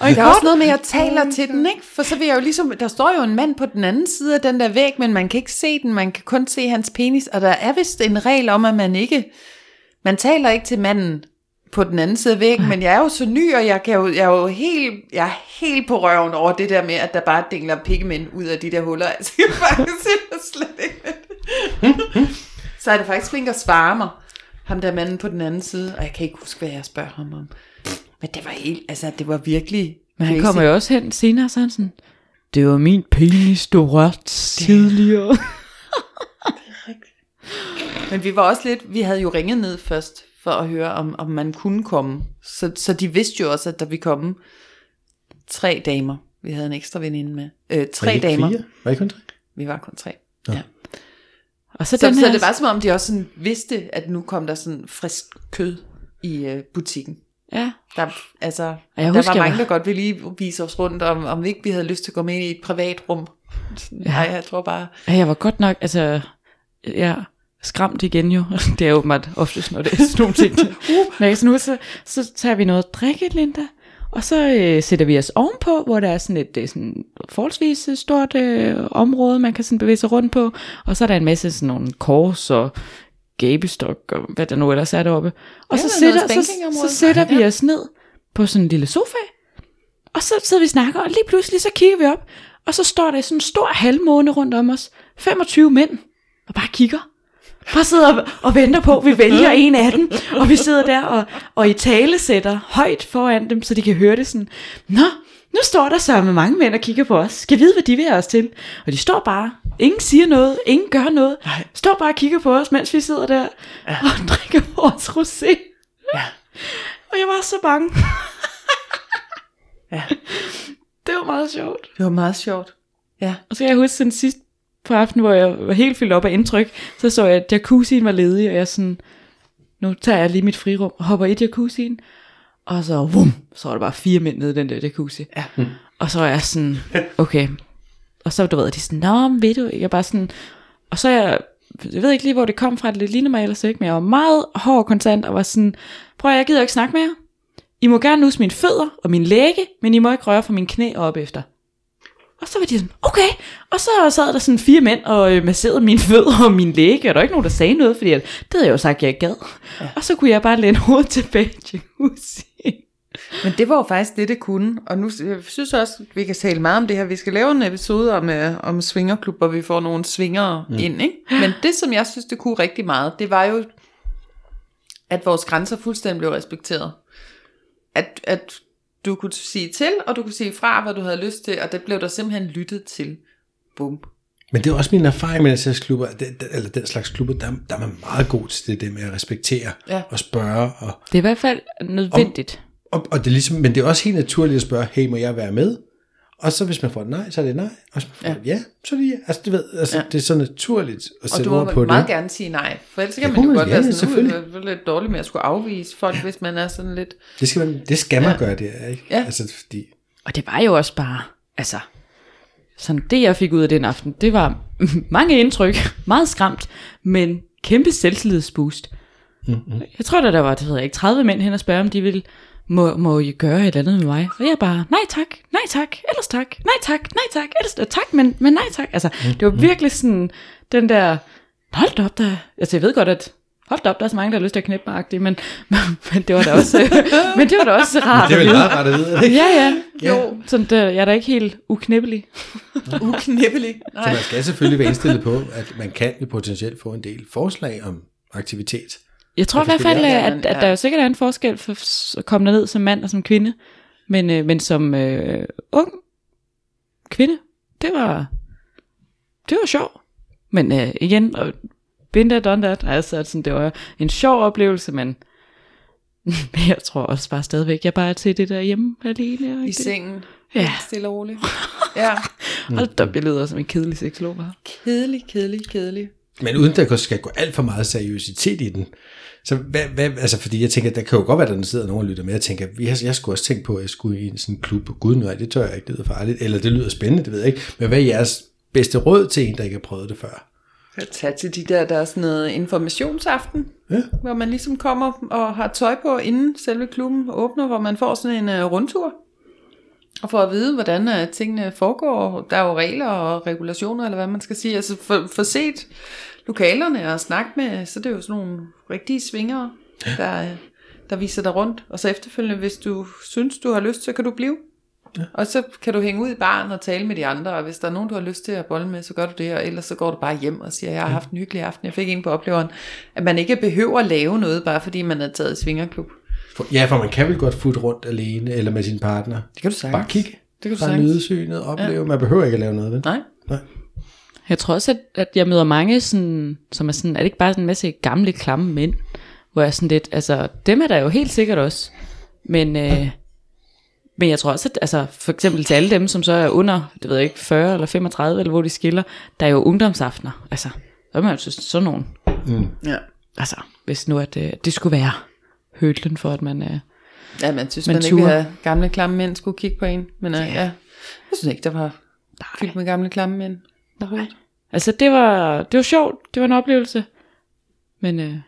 Og der er også noget med, at jeg taler til den, ikke? For så vil jeg jo ligesom, der står jo en mand på den anden side af den der væg, men man kan ikke se den, man kan kun se hans penis, og der er vist en regel om, at man ikke, man taler ikke til manden på den anden side af væggen, men jeg er jo så ny, og jeg, kan jo, jeg er jo helt, jeg er helt på røven over det der med, at der bare dingler pigmænd ud af de der huller. Altså, jeg kan faktisk slet ikke med det. Så er det faktisk flink at svare mig, ham der manden på den anden side, og jeg kan ikke huske, hvad jeg spørger ham om. Men det var helt, altså det var virkelig Men han crazy. kommer jo også hen senere, så er han sådan, det var min penis, du rørte tidligere. Men vi var også lidt, vi havde jo ringet ned først, for at høre, om, om man kunne komme. Så, så de vidste jo også, at der ville komme tre damer. Vi havde en ekstra veninde med. Øh, Var I tre ikke damer. Fire? Var I kun tre? Vi var kun tre. Nå. Ja. Og så, Så, den så, her, det var som om, de også sådan vidste, at nu kom der sådan frisk kød i øh, butikken. ja. Der, altså, jeg jeg der husker, var mange, jeg- der godt ville lige vise os rundt, om, om ikke vi havde lyst til at gå med ind i et privat rum. Sådan, Nej, jeg tror bare, Ja, jeg var godt nok, altså, jeg skræmt igen jo. Det er jo meget oftest, når det er sådan nogle ting. uh. Når jeg sådan, ud, så, så tager vi noget at drikke, Linda, og så øh, sætter vi os ovenpå, hvor der er sådan et øh, sådan forholdsvis øh, stort øh, område, man kan sådan bevæge sig rundt på. Og så er der en masse sådan nogle kors og gabestok og hvad der nu ellers er deroppe. Og Ja, så, der er sætter, noget så, spænkingområde. så sætter vi os ned på sådan en lille sofa, og så sidder vi og snakker, og lige pludselig så kigger vi op, og så står der sådan en stor halvmåne rundt om os. 25 mænd, og bare kigger. Bare sidder og, og venter på, at vi vælger en af dem, og vi sidder der og, og i tale sætter højt foran dem, så de kan høre det sådan. Nå, nu står der så med mange mænd og kigger på os. Skal vide, hvad de vil have os til. Og de står bare. Ingen siger noget. Ingen gør noget. Nej. Står bare og kigger på os, mens vi sidder der ja. og drikker vores rosé. Ja. Og jeg var så bange. Ja. Det var meget sjovt. det var meget sjovt. Ja. Og så kan jeg huske sådan sidst på aftenen, hvor jeg var helt fyldt op af indtryk, så så jeg, at jacuzzien var ledig, og jeg sådan, nu tager jeg lige mit frirum og hopper i jacuzzien. Og så, vum, så var der bare fire mænd nede i den der jacuzzi. Ja. Og så er jeg sådan, okay. Og så, du ved, de er sådan, nå, men ved du ikke, jeg er bare sådan, og så er jeg, jeg ved ikke lige, hvor det kom fra, det ligner mig ellers ikke, men jeg var meget hård og kontant, og var sådan, prøv at, jeg gider ikke snakke med jer. I må gerne nusse mine fødder og min læge, men I må ikke røre fra mine knæ og op efter. Og så var de sådan, okay. Og så sad der sådan fire mænd og øh, masserede mine fødder og min læge, og der var ikke nogen, der sagde noget, fordi at, det havde jeg jo sagt, at jeg ikke gad. Ja. Og så kunne jeg bare læne hovedet tilbage til huset. Men det var jo faktisk det, det kunne. Og nu jeg synes jeg også, at vi kan tale meget om det her. Vi skal lave en episode om, øh, om svingerklub, hvor vi får nogle svingere mm. ind. Ikke? Men det, som jeg synes, det kunne rigtig meget, det var jo, at vores grænser fuldstændig blev respekteret. At, at du kunne sige til, og du kunne sige fra, hvad du havde lyst til, og det blev der simpelthen lyttet til. Bum. Men det er også min erfaring med den slags klubber, at det- det- eller den slags klubber, der, der er man meget god til det der med at respektere Ja. og spørge. Og, Det er i hvert fald nødvendigt. og, og det er ligesom, men det er også helt naturligt at spørge, hey, må jeg være med? Og så hvis man får et nej, så er det nej. Og hvis man får ja. et ja, så er det ja. Altså, du ved, altså, ja. det er så naturligt at Og sætte du ord på må det. meget gerne sige nej, for ellers så kan Ja, man jo men godt ja, være sådan, selvfølgelig. uh, det er lidt dårligt med at skulle afvise folk, ja. hvis man er sådan lidt... Det skal man, det skal man ja. gøre, det er, ikke? Ja. Altså, fordi, Og det var jo også bare, altså, sådan det jeg fik ud af den aften, det var mange indtryk, meget skræmt, men kæmpe selvtillidsboost. Mm-hmm. Jeg tror da, der var, det ved jeg ikke, 30 mænd hen og spørge, om de ville, må, må I gøre et eller andet med mig? Og jeg bare, nej tak, nej tak, ellers tak, nej tak, nej tak, ellers øh, tak, men, men nej tak. Altså, det var virkelig sådan, den der, hold da op der, altså jeg ved godt, at Hold da op, der er så mange, der har lyst til at knæppe mig, agtigt, men, men, det var da også, men det var da også rart. det er vel at vide. meget rart at vide, ikke? Ja, ja. Jo. Sådan der, jeg er da ikke helt uknæppelig. Uknæppelig. Så Nej. man skal selvfølgelig være indstillet på, at man kan jo potentielt få en del forslag om aktivitet. Jeg tror i hvert fald, at, at der jo sikkert er en forskel for at komme derned som mand og som kvinde. Men, øh, men som øh, ung kvinde, det var, det var sjovt. Men øh, igen, og been there, done that, altså sådan, det var en sjov oplevelse, men Men jeg tror også bare stadigvæk, jeg bare er til det der hjemme alene. Og ikke I det. sengen. Ja. Helt Stille og roligt. Ja. Hold da, op, jeg lyder som en kedelig sexolog. hva'? Kedelig, kedelig, kedelig. Men uden der skal gå alt for meget seriøsitet i den. Så hvad, hvad, altså fordi jeg tænker, der kan jo godt være, at der sidder nogen og lytter med og tænker, vi har, jeg skulle også tænke på, at jeg skulle i en sådan klub. Gud nej, det tør jeg ikke, det lyder farligt. Eller det lyder spændende, det ved jeg ikke. Men hvad er jeres bedste råd til en, der ikke har prøvet det før? Tag til de der, der er sådan noget informationsaften, Ja. hvor man ligesom kommer og har tøj på, inden selve klubben åbner, hvor man får sådan en uh, rundtur. Og for at vide, hvordan uh, tingene foregår, der er jo regler og regulationer, eller hvad man skal sige. Altså for, for set lokalerne og snakke med, så det er jo sådan nogle rigtige svingere, der, øh, der viser dig rundt. Og så efterfølgende, hvis du synes, du har lyst, så kan du blive. Og så kan du hænge ud i baren og tale med de andre, og hvis der er nogen, du har lyst til at bolle med, så gør du det, og ellers så går du bare hjem og siger, jeg har haft en hyggelig aften, jeg fik en på opleveren. At man ikke behøver at lave noget, bare fordi man er taget i svingerklub. For, ja, for man kan vel godt futte rundt alene eller med sin partner. Det kan du sagtens. Bare kigge. Det kan du Bare sagtens. nyde synet, opleve. Ja. Man behøver ikke at lave noget, vel? Nej. nej. Jeg tror også, at, at jeg møder mange, sådan, som er sådan, er det ikke bare sådan en masse gamle, klamme mænd, hvor jeg er sådan lidt, altså, dem er der jo helt sikkert også, men, øh, men jeg tror også, at altså, for eksempel til alle dem, som så er under, det ved jeg ikke, 40 eller 35, eller hvor de skiller, der er jo ungdomsaftener, altså, så er man jo til sådan nogen, Ja. altså, hvis nu at, øh, det skulle være hødlen for, at man, øh, ja, man synes, Men man, man ture. ikke at gamle klamme mænd skulle kigge på en. Men ja. ja. jeg synes ikke, der var fyldt med gamle klamme mænd. nej. Altså, det var, det var sjovt, det var en oplevelse, men, øh, Jeg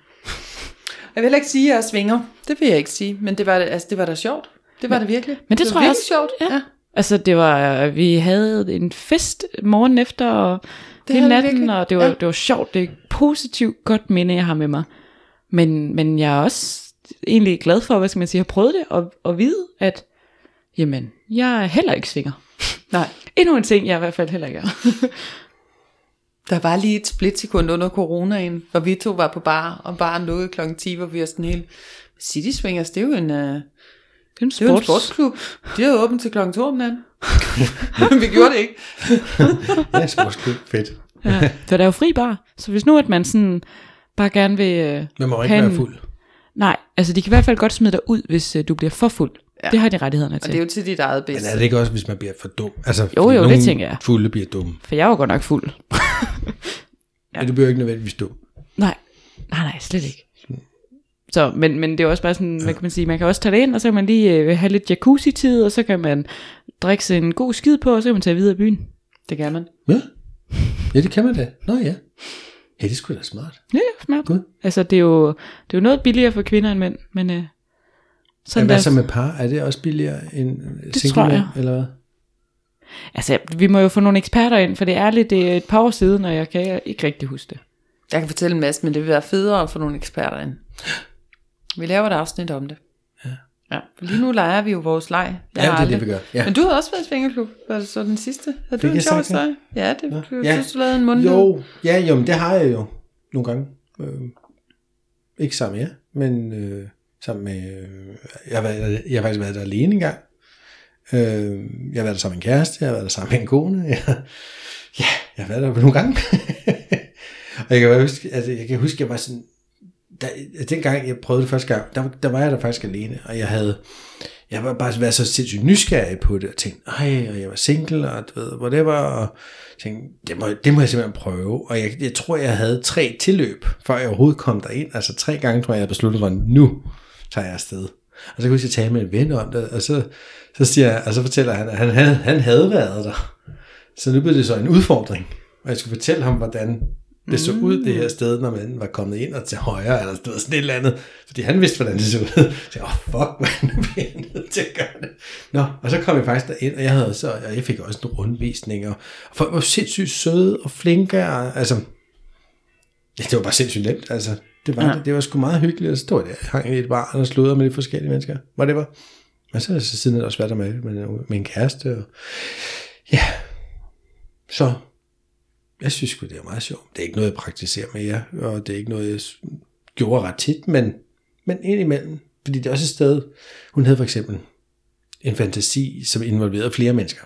vil heller ikke sige, at jeg er svinger. Det vil jeg ikke sige, men det var, altså, det var da sjovt. Det var da virkelig. Men det var tror jeg virkelig også- sjovt. ja. Altså det var, vi havde en fest morgen efter og det hele havde vi natten, virkelig. og det var, Ja. ja. det var sjovt, det er et positivt godt minde, jeg har med mig. Men, men jeg er også egentlig glad for, hvad skal man sige, at have prøvet det, og, og vide, at jamen, jeg er heller ikke svinger. Nej. Endnu en ting, jeg i hvert fald heller ikke er. Der var lige et splitsekund under coronaen, hvor vi to var på bar, og baren lukkede kl. 10, hvor vi var sådan helt... City Swingers, det er jo en, uh, det Det er en er jo en sports. sportsklub. De er åbent til kl. 2 om natten. Men vi gjorde det ikke. Ja, sportsklub. Fedt. Ja, for der er jo fri bar, så hvis nu at man sådan bare gerne vil... øh, Men man må ikke have være en- fuld. Nej, altså de kan i hvert fald godt smide dig ud, hvis øh, du bliver for fuld. Ja. Det har de rettighederne Og til. det er jo til dit eget Men bedste. er det ikke også, hvis man bliver for dum? Altså, jo, fordi det nogle tænker jeg. fulde bliver dumme. For jeg var godt nok fuld. Ja. Men du bliver jo ikke nødvendigvis dum. Nej, nej, nej, slet ikke. Så, men, men det er jo også bare sådan, hvad kan man sige, man kan også tage det ind, og så kan man lige øh, have lidt jacuzzi-tid, og så kan man drikke sig en god skid på, og så kan man tage videre i byen. Det kan man. Ja. ja, det kan man da. Nå ja. Ja, det er sgu da smart. Ja, ja, smart. Gud. Altså, det er, jo, det er jo noget billigere for kvinder end mænd, men øh, Men sådan hvad der. så med par? Er det også billigere end det single tror mænd, jeg. eller hvad? Altså, vi må jo få nogle eksperter ind, for det er lidt det er et par år siden, og jeg kan ikke rigtig huske det. Jeg kan fortælle en masse, men det vil være federe at få nogle eksperter ind. Vi laver et afsnit om det. Ja. ja. For lige nu leger vi jo vores leg. det Jeg har er det, aldrig- vi gør. Ja. Men du havde også været i svingerklub, var det så den sidste? Havde Fik du en jeg sjov sagt det? historie? Ja, det, du Ja. synes, du lavede en mund. Jo, ja, jo, men det har jeg jo nogle gange. Øh, ikke sammen med jer, men øh, sammen med... Øh, jeg, har været, jeg har faktisk været der alene engang. Øh, jeg har været der sammen med en kæreste, jeg har været der sammen med en kone. Jeg, ja, jeg har været der nogle gange. og jeg kan, bare huske, altså, jeg kan huske, jeg var sådan... Der, dengang jeg prøvede det første gang, der, der var jeg der faktisk alene, og jeg havde jeg var bare været så sindssygt nysgerrig på det, og tænkte, ej, og jeg var single, og du ved, whatever, og tænkte, det må, det må jeg simpelthen prøve, og jeg, jeg tror, jeg havde tre tilløb, før jeg overhovedet kom derind, altså tre gange, tror jeg, jeg besluttede mig, nu tager jeg afsted. Og så kan jeg huske, at jeg talte med en ven om det, og så, så, siger jeg, og så fortæller han, at han, han, han havde været der. Så nu blev det så en udfordring, og jeg skulle fortælle ham, hvordan det så ud det her sted, når man var kommet ind og til højre, eller det var sådan et eller andet, fordi han vidste, hvordan det så ud. Så jeg, åh, oh, fuck, man, nu bliver jeg nødt til at gøre det. Nå, og så kom jeg faktisk derind, og jeg, havde så, og jeg fik også en rundvisning, og og folk var sindssygt søde og flinke, og, altså, ja, det var bare sindssygt nemt, altså, det var, ja. det, det var sgu meget hyggeligt, og så stod jeg der, hang i et bar og sludrede med de forskellige mennesker, hvor det var. Og så har jeg så siden også været der med, med, med en kæreste, og ja, så jeg synes sgu, det er meget sjovt. Det er ikke noget, jeg praktiserer med jer, og det er ikke noget, jeg s- gjorde ret tit, men, men indimellem. Fordi det er også et sted, hun havde for eksempel en fantasi, som involverede flere mennesker.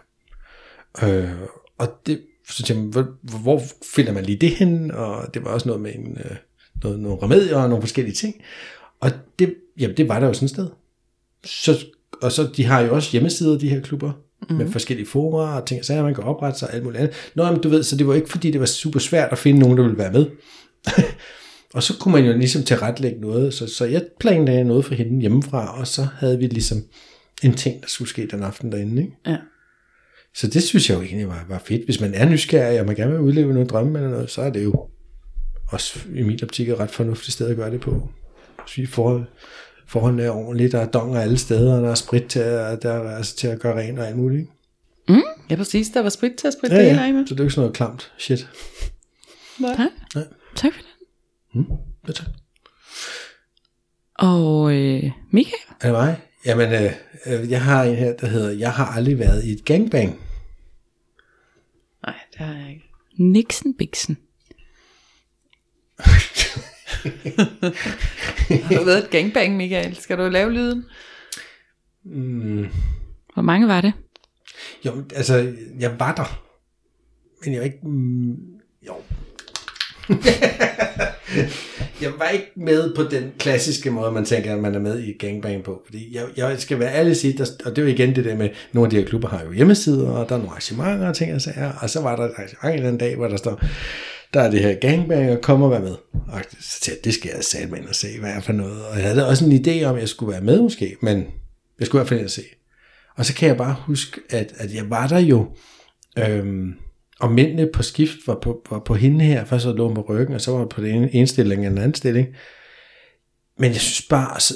Øh, og det, så tænkte jeg, hvor, hvor finder man lige det hen? Og det var også noget med en, øh, noget, nogle remedier og nogle forskellige ting. Og det, jamen, det var der jo sådan et sted. Så, og så, de har jo også hjemmesider, de her klubber, mm. med forskellige forer og ting, så man kan oprette sig og alt muligt andet. Nå, men du ved, så det var ikke, fordi det var super svært at finde nogen, der ville være med. og så kunne man jo ligesom tilrettelægge noget, så, så jeg planlagde noget for hende hjemmefra, og så havde vi ligesom en ting, der skulle ske den aften derinde, ikke? Ja. Så det synes jeg jo egentlig var, var fedt. Hvis man er nysgerrig, og man gerne vil udleve nogle drømme eller noget, så er det jo også i min optik et ret fornuftigt sted at gøre det på. Hvis vi får forholdene er ordentlige, der er donger alle steder, og der er sprit til, at- der er, altså, til at gøre rent og alt muligt. Ikke? Ja, præcis. Der var sprit til at spritte ja, det hele af med. Så det er jo ikke sådan noget klamt shit. Tak. Ja. Tak for det. Ja, tak. Og øh, Michael? Er det mig? Jamen, øh, øh, jeg har en her, der hedder, jeg har aldrig været i et gangbang. Nej, det har jeg ikke. Nixon Bixen. Har du været et gangbang, Michael? Skal du lave lyden? Hvor mange var det? Jo, men, altså, jeg var der. Men jeg var ikke... Mm, jo. jeg var ikke med på den klassiske måde, man tænker, at man er med i et gangbang på. Fordi jeg, jeg skal være ærlig og sige, der, og det er jo igen det der med, nogle af de her klubber har jo hjemmesider, og der er nogle arrangementer og ting og sager, og så var der et arrangement den dag, hvor der står, der er det her gangbang, og kom og vær med. Og så tænkte jeg, det skal jeg sætte mig ind og se, hvad er for noget. Og jeg havde da også en idé om, at jeg skulle være med måske, men jeg skulle i hvert fald ind og se. Og så kan jeg bare huske, at, at jeg var der jo, øhm, og mændene på skift var på, var på hende her, først så lå hun på ryggen, og så var hun på den ene, ene stilling og den anden stilling. Men jeg synes bare, altså,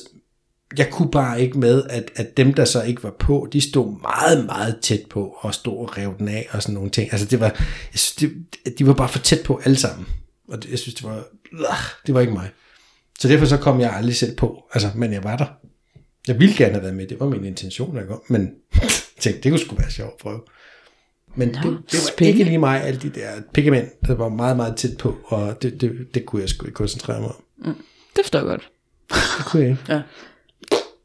jeg kunne bare ikke med, at, at dem, der så ikke var på, de stod meget, meget tæt på og stod og rev den af og sådan nogle ting. Altså det var, jeg synes, det, de var bare for tæt på alle sammen. Og det, jeg synes, det var, øh, det var ikke mig. Så derfor så kom jeg aldrig selv på, altså, men jeg var der. Jeg ville gerne have været med, det var min intention, ikke? men jeg tænkte, det kunne sgu være sjovt at prøve. Men det, det var spændende. ikke lige mig, alle de der pigment, der var meget, meget tæt på, og det, det, det kunne jeg sgu ikke koncentrere mig om. Det forstår jeg godt. Det kunne jeg ikke. Ja.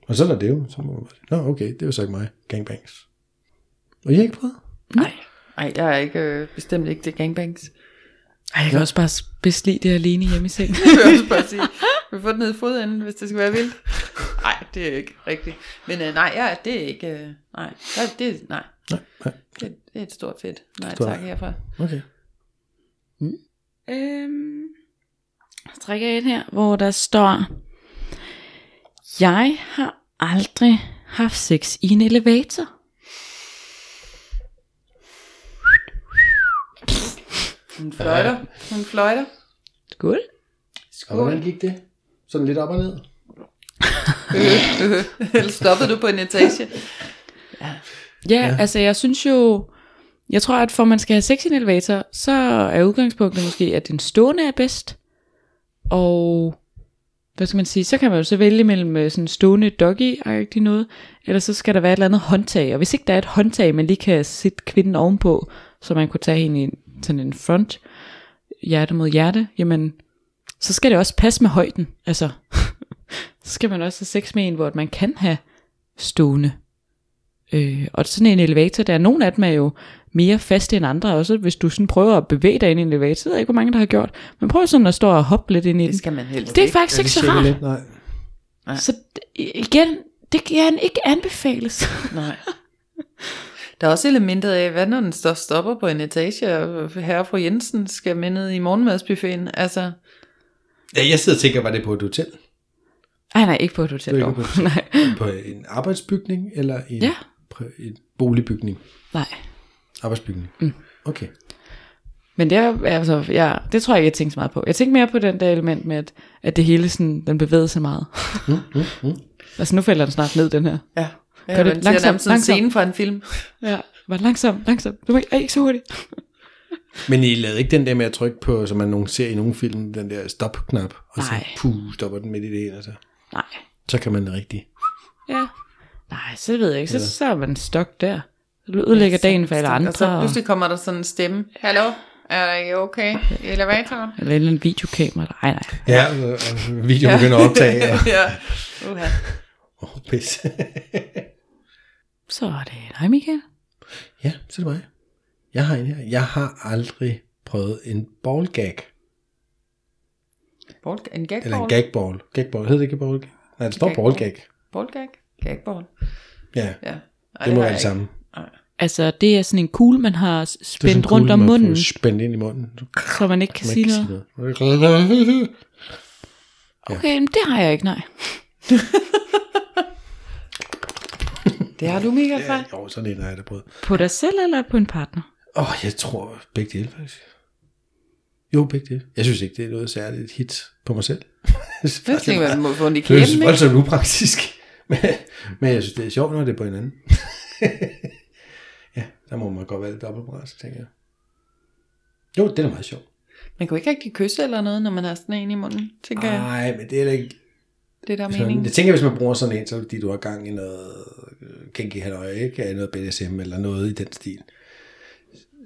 Og sådan er det jo. Så må man bare sige, Nå, okay, det er jo så ikke mig. Gangbangs. Og jeg har ikke prøvet. Nej. Nej, jeg er ikke, øh, bestemt ikke det gangbangs. Ej, jeg kan også bare bedst lide det alene hjemme i sengen. Det vil jeg også bare sige. Vi får den ned i fodenden, hvis det skal være vildt. Nej, det er ikke rigtigt. Men øh, nej, ja, det er ikke... Øh, nej, Ja, det, nej. Nej, nej. Det, det er et stort fedt. Nej, Stort tak nej. herfra. Okay. Øhm, så trækker jeg et her, hvor der står, jeg har aldrig haft sex i en elevator. Hun fløjter. Hun fløjter. Skål. Og hvordan gik det? Sådan lidt op og ned? Øh, øh, Eller stoppede du på en etage? Ja, ja, altså jeg synes jo, jeg tror, at for man skal have sex i en elevator, så er udgangspunktet måske, at den stående er bedst. Og hvad skal man sige, så kan man jo så vælge mellem øh, sådan stående doggy-agtig noget, eller så skal der være et eller andet håndtag. Og hvis ikke der er et håndtag, man lige kan sætte kvinden ovenpå, så man kunne tage hende i en- sådan en front, hjerte mod hjerte, jamen, så skal det også passe med højden. Altså, så skal man også have sex med en, hvor man kan have stående. Øh, og sådan en elevator, der er nogle af dem er jo mere faste end andre også. Hvis du sådan prøver at bevæge dig ind i en elevator, så ved jeg ikke, hvor mange der har gjort. Men prøv sådan at stå og hoppe lidt ind i den. Det skal man helst Det er ikke. faktisk ikke så cirka rart. lidt, Nej. Så d- igen, det kan ikke anbefales. Nej. Der er også elementet af, hvad når den står stopper på en etage, og herre og fru Jensen skal med ned i morgenmadsbuffeten. Altså, Ja, jeg sidder og tænker, var det på et hotel? Nej, nej, ikke på et hotel. Det er ikke dog. på et hotel. nej. På en arbejdsbygning eller en, Ja. pr- en boligbygning? nej. Arbejdsbygning. Mm. Okay. Men det, er, altså, jeg, det tror jeg ikke, jeg tænkte så meget på. Jeg tænkte mere på den der element med, at, at det hele sådan, den bevæger sig meget. Mm, altså nu falder den snart ned, den her. ja. Gør Ja, det man ser langsomt, nærmest sådan en langsomt. scene fra en film. Ja, bare langsomt, langsomt. Du må ikke, ej, ikke så hurtigt. Men I lavede ikke den der med at trykke på, som man nogen ser i nogle film, den der stop-knap, og så Nej. puh, stopper den midt i det hele. Altså. Nej. Så kan man det rigtigt. Ja. Nej, så ved jeg ikke. Så, så er man stok der. Så altså, du ødelægger dagen for alle andre. Og så og- pludselig kommer der sådan en stemme. Hallo? Er det ikke okay i elevatoren? Eller en eller anden videokamera. Nej, nej. Ja, og, og videoen ja. begynder at optage. Og, ja. Uha. oh, pis. Så er det dig, Michael. Ja, så er det mig. Jeg har en her. Jeg har aldrig prøvet en ballgag. Ball, en gagball? Eller en gagball. Gagball hedder det ikke ball? Nej, det står Gagball. ballgag. Ballgag? Gagball? Ja, Ja. Ej, det må har være jeg det samme. Altså, det er sådan en kugle, man har s- Det er sådan spændt rundt kuglen, om man får munden, Spændt ind i munden. Du kan så man ikke kan sige ikke noget. sige noget. Okay, men det har jeg ikke, nej. ikke. Det har du, Michael, Ja, fra. jo, sådan en har jeg da prøvet. På dig selv eller på en partner? Åh, oh, jeg tror begge dele faktisk. Jo, begge dele. Jeg synes ikke, det er noget særligt hit på mig selv. jeg synes, Det faktisk, det tænker er man, meget- må få den i det føles kæmpen, ikke? voldsomt upraktisk. Men, men jeg synes, det er sjovt, når det er på hinanden. ja, der må man godt være lidt dobbeltmoralsk, tænker jeg. Jo, det er da meget sjovt. Man kan jo ikke rigtig kysse eller noget, når man har sådan en i munden, tænker jeg. Nej, men det er da ikke... Det der er Ah, Sådan, meningen. jeg tænker, hvis man bruger sådan en, så er det fordi, du har gang i noget øh, kinky halløj, ikke? Eller Noget BDSM eller noget i den stil.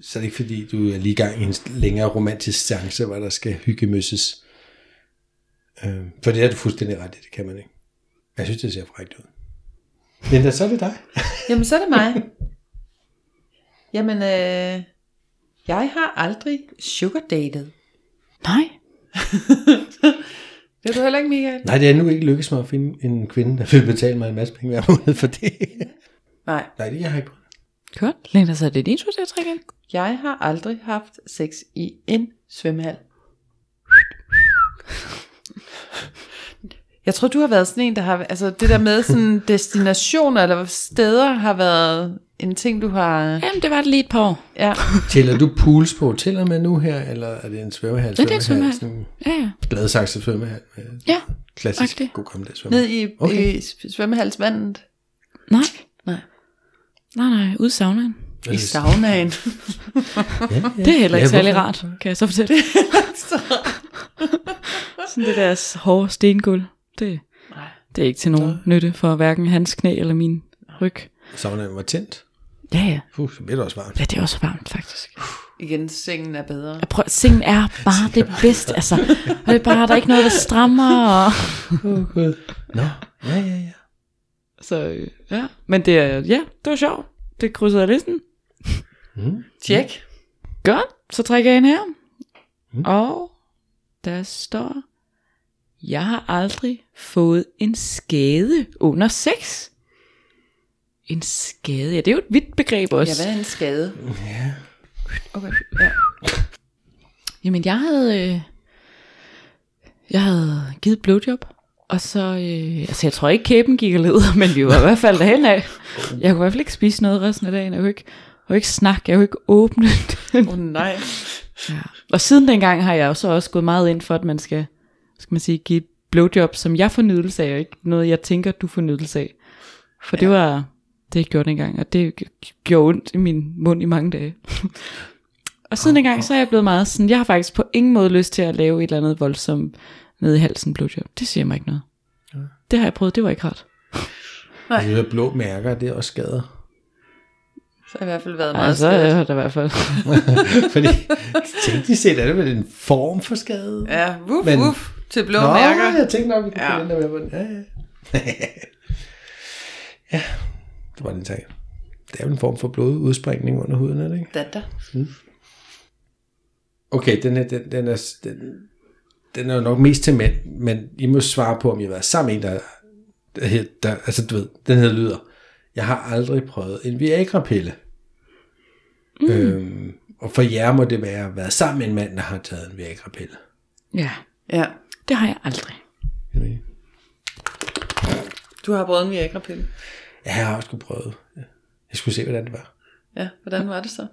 Så er det ikke fordi, du er lige i gang i en længere romantisk seance, hvor der skal hyggemøsses. Øh, for det er du fuldstændig ret i, det kan man ikke. Jeg synes, det ser frækt ud. Men da, så er det dig. Jamen, så er det mig. Jamen, øh, jeg har aldrig sugar dated. Nej. Det er du heller ikke, Michael? Nej, det er nu ikke lykkedes mig at finde en kvinde, der vil betale mig en masse penge hver måned for det. Nej, Nej, det har jeg ikke. prøvet. Godt. Lænder sig det intro til at trække ind. jeg har aldrig haft sex i en svømmehal. Jeg tror, du har været sådan en, der har... Altså, det der med sådan destinationer eller steder har været en ting, du har... Jamen, det var det lige et par år. Ja, Tæller du pools på hoteller med nu her, eller er det en svømmehal? det er en svømmehal. Sådan- Ja, ja. Gladsaxe svømmehal. med Ja. Klassisk agtig. god gammeldags ned svømmehal. i, okay. Okay. i svømmehalsvandet. Nej. Nej. Nej, nej, ude i saunaen. I saunaen. Ja. Det er heller ikke Ja, ja, særlig hvorfor? rart, kan jeg så fortælle. Sådan det deres hårde stengulv. Det, Nej. det er ikke til nogen nytte for hverken hans knæ eller min ryg. Saunaen var tændt. Ja, ja. Puh, så bliver det også varmt. Ja, det er også varmt, faktisk. Igen, sengen er bedre. Jeg prøver, sengen er bare det bedste, altså. Og det er bare, der er ikke noget, der strammer. Og... Åh, Gud. Nå, ja, ja, ja. Så øh, ja, men det, er- ja, det var sjovt. Det krydsede jeg listen. Mm. Tjek. Godt, så trækker jeg ind her. Mm. Og der står, jeg har aldrig fået en skade under sex. En skade, ja, det er jo et vidt begreb Ja, også. hvad er en skade? Ja. Okay, ja. Jamen, jeg havde, øh, jeg havde givet blowjob, og så, øh, altså jeg tror ikke kæben gik og leder, men vi var i hvert fald derhen af. Jeg kunne i hvert fald ikke spise noget resten af dagen, jeg kunne ikke, jeg kunne ikke snakke, jeg kunne ikke åbne den. Åh oh, nej. Ja. Og siden dengang har jeg jo så også gået meget ind for, at man skal, skal man sige, give blowjob, som jeg får nydelse af, og ikke noget, jeg tænker, du får nydelse af. For ja. det var det, jeg gjorde dengang, og det g- gjorde ondt i min mund i mange dage. og siden dengang, så er jeg blevet meget sådan, jeg har faktisk på ingen måde lyst til at lave et eller andet voldsomt nede i halsen blowjob. Det siger mig ikke noget. Det har jeg prøvet, det var ikke rart. Og Altså, de der blå mærker, det er også skader. Så har jeg i hvert fald været meget Altså, altså, jeg skadet. har da i hvert fald. Fordi teknisk set er det vel en form for skade. Ja, woof, Men- woof til blå Nå, mærker. jeg tænkte nok, vi kunne Ja. ja. med på den. Ja, ja. ja, det var den tag. Det er jo en form for blodudspringning under huden, er det ikke? Datter. Okay, den er, den, den er, den, den er jo nok mest til mænd, men I må svare på, om I har været sammen med en, der, der, hed- der altså du ved, den her lyder, jeg har aldrig prøvet en Viagra-pille. Mm. Øhm, og for jer må det være at være sammen med en mand, der har taget en Viagra-pille. Ja, Ja. det har jeg aldrig. Du har prøvet en Viagra-pille. Ja, jeg har også skulle prøve. Jeg skulle se, hvordan det var. Ja, hvordan var det så?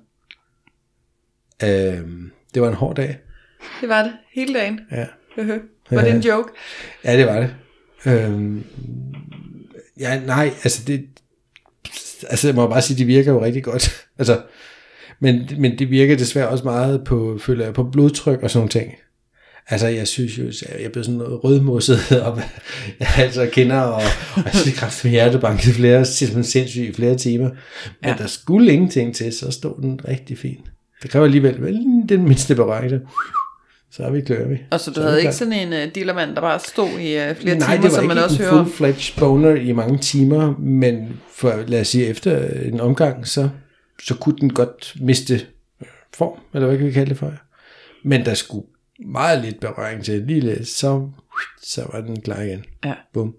Øhm, det var en hård dag. Det var det hele dagen. Ja. Høhø. var det en joke? Ja, det var det. Øhm, ja, nej, altså det, altså jeg må bare sige, det virker jo rigtig godt. altså, men, men det virker desværre også meget på, føler jeg, på blodtryk og sådan nogle ting. Altså, jeg synes jo, at jeg blev sådan noget rødmosset, og jeg altså kender, og, og jeg synes kraft med hjertebank i flere, simpelthen sindssygt i flere timer. Men ja. der skulle ingenting til, så stod den rigtig fint. Det kræver alligevel vel, den mindste berøring. Så er vi klør vi. Og så du er havde vi klar. ikke sådan en uh, dealermand, der bare stod i uh, flere Nej, timer, det var som man ikke også en hører om? full-fledged boner i mange timer, men for, lad os sige, efter en omgang, så, øh, så kunne den godt miste form, eller hvad kan vi kalde det for? Men der skulle meget lidt berøring til, lige lidt, så, så var den klar igen. Ja. Bum.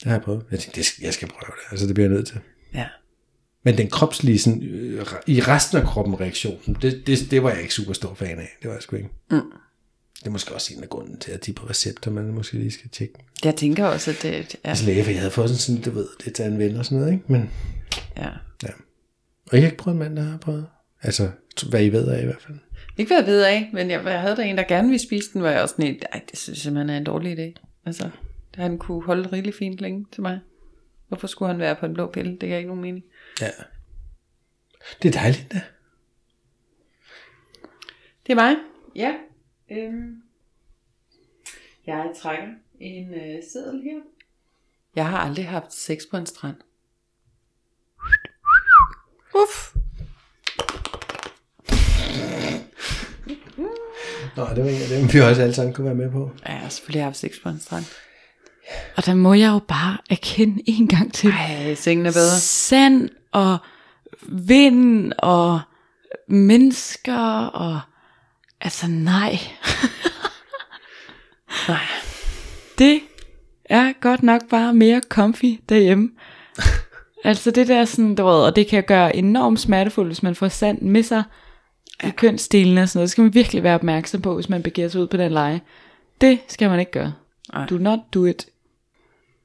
Det har jeg prøvet. Jeg tænkte, det skal, jeg skal prøve det, altså det bliver jeg nødt til. Ja. Men den kropslige, sådan, øh, i resten af kroppen reaktionen, det, det, det var jeg ikke super stor fan af. Det var jeg sgu ikke. Mm. Det er måske også en af grunden til, at de er på recepter, man måske lige skal tjekke. Jeg tænker også, at det er... Altså læge, for jeg havde fået sådan, sådan du ved, det er en ven og sådan noget, ikke? Men, Ja. ja. Og jeg har ikke prøvet en mand, der har prøvet. Altså, t- hvad I ved af i hvert fald. Ikke hvad jeg ved af, men jeg, jeg havde der en, der gerne ville spise den, hvor jeg også sådan, et, ej, det synes jeg simpelthen er en dårlig idé. Altså, han kunne holde rigtig fint længe til mig. Hvorfor skulle han være på en blå pille? Det gav ikke nogen mening. Ja. Det er dejligt, da. Det er mig. Ja. Øhm, jeg trækker en øh, seddel her. Jeg har aldrig haft sex på en strand. Uff. Nå, det var en af dem, vi også alle sammen kunne være med på. Ja, jeg har selvfølgelig haft sex på en strand. Og der må jeg jo bare erkende en gang til. Ej, sengen er bedre. Sand og vind og mennesker og... Altså nej. Nej. Det er godt nok bare mere comfy derhjemme. altså det der sådan, du ved, og det kan gøre enormt smertefuldt, hvis man får sand med sig i kønsdelene og sådan noget. Det skal man virkelig være opmærksom på, hvis man begiver sig ud på den leje. Det skal man ikke gøre. Nej. Do not do it.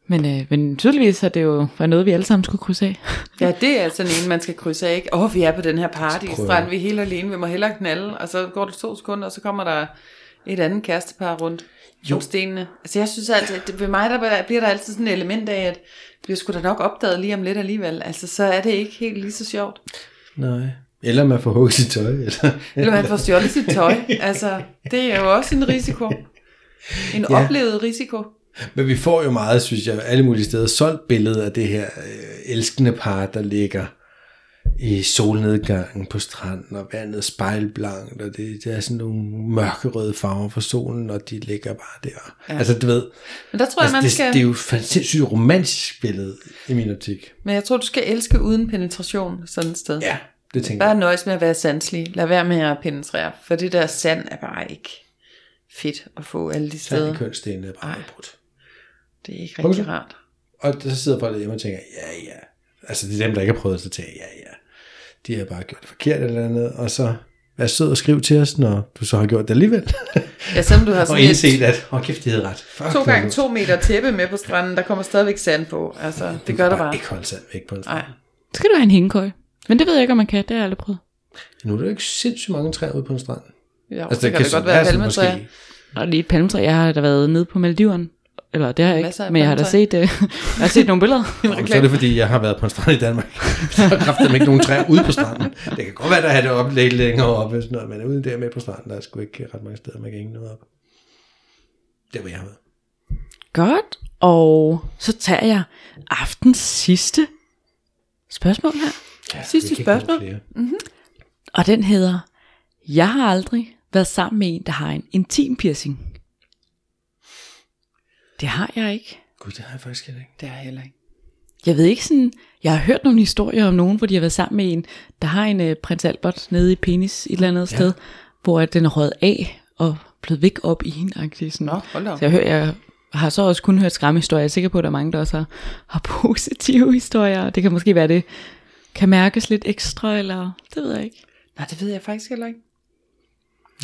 Men, øh, men tydeligvis har det jo været noget, vi alle sammen skulle krydse af. Ja, det er sådan en, man skal krydse af, ikke? Åh, oh, vi er på den her partystrand, Prøv. vi er helt alene, vi må hellere knalde. Og så går det to sekunder, og så kommer der et andet kærestepar rundt jo. om stenene. Altså jeg synes altid, at det, ved mig der bliver der altid sådan et element af, at det bliver sgu da nok opdaget lige om lidt alligevel. Altså så er det ikke helt lige så sjovt. Nej. Eller man får hugget sit tøj. Eller. Eller man får stjålet sit tøj. Altså det er jo også en risiko. En ja. oplevet risiko. Men vi får jo meget, synes jeg, alle mulige steder solgt billedet af det her øh, elskende par, der ligger i solnedgangen på stranden, og vandet er spejlblankt, og det, det er sådan nogle mørkerøde farver fra solen, og de ligger bare der. Ja. Altså, du ved, Men der tror jeg, altså, man det, det er skal... jo et sindssygt romantisk billede i min optik. Men jeg tror, du skal elske uden penetration sådan et sted. Ja, det tænker jeg. Bare nøjes med at være sanselig. Lad være med at penetrere. For det der sand er bare ikke fedt at få alle de Så er steder. det kønsdelene bare Ej. brudt. Det er ikke rigtig Okay. rart. Og så sidder folk derhjemme og tænker, ja, ja. Altså, det er dem, der ikke har prøvet sig til, ja, ja. De har bare gjort det forkert eller andet, og så vær sød og skriv til os, når du så har gjort det alligevel. Ja, selvom du har og sådan indset, et at, åh, kæft, de havde ret. Fuck, to hvor er gange det to meter tæppe med på stranden, der kommer stadigvæk sand på. Altså, det gør der bare. Ikke holde sand væk på en Nej. strand. Så skal du have en hængekøj. Men det ved jeg ikke, om man kan. Det har jeg aldrig prøvet. Nu er der jo ikke sindssygt mange træer ude på en strand. Jo, Altså, det, kan, da så godt være sådan palmetræer. måske. Og lige et palmetræ. Jeg har da været nede på Maldiverne. Eller det har jeg Masser ikke, af men jeg har da set, øh, jeg har set nogle billeder. Nå, så er det, fordi jeg har været på en strand i Danmark. Så har kraftet ikke nogen træer ude på stranden. Det kan godt være, der har det op lidt længere op, hvis noget, men ude der med på stranden, der er sgu ikke ret mange steder, man kan hænge noget op. Der, hvor jeg har været. Godt, og så tager jeg aftens sidste spørgsmål her. Ja, Sidste vi kan ikke nå spørgsmål. flere. Og den hedder, jeg har aldrig været sammen med en, der har en intim piercing. Det har jeg ikke. Gud, det har jeg faktisk heller ikke. Det er jeg heller ikke. Jeg ved ikke sådan, jeg har hørt nogle historier om nogen, hvor de har været sammen med en, der har en øh, prins Albert nede i penis et eller andet ja. sted, hvor at den er røget af og blevet væk op i hende. agtig, Sådan. Nå, hold da op. Så jeg, hører, jeg har så også kun hørt skræmmehistorier. Jeg er sikker på, at der er mange, der også har, har positive historier. og Det kan måske være, det kan mærkes lidt ekstra, eller det ved jeg ikke. Nej, det ved jeg faktisk heller ikke.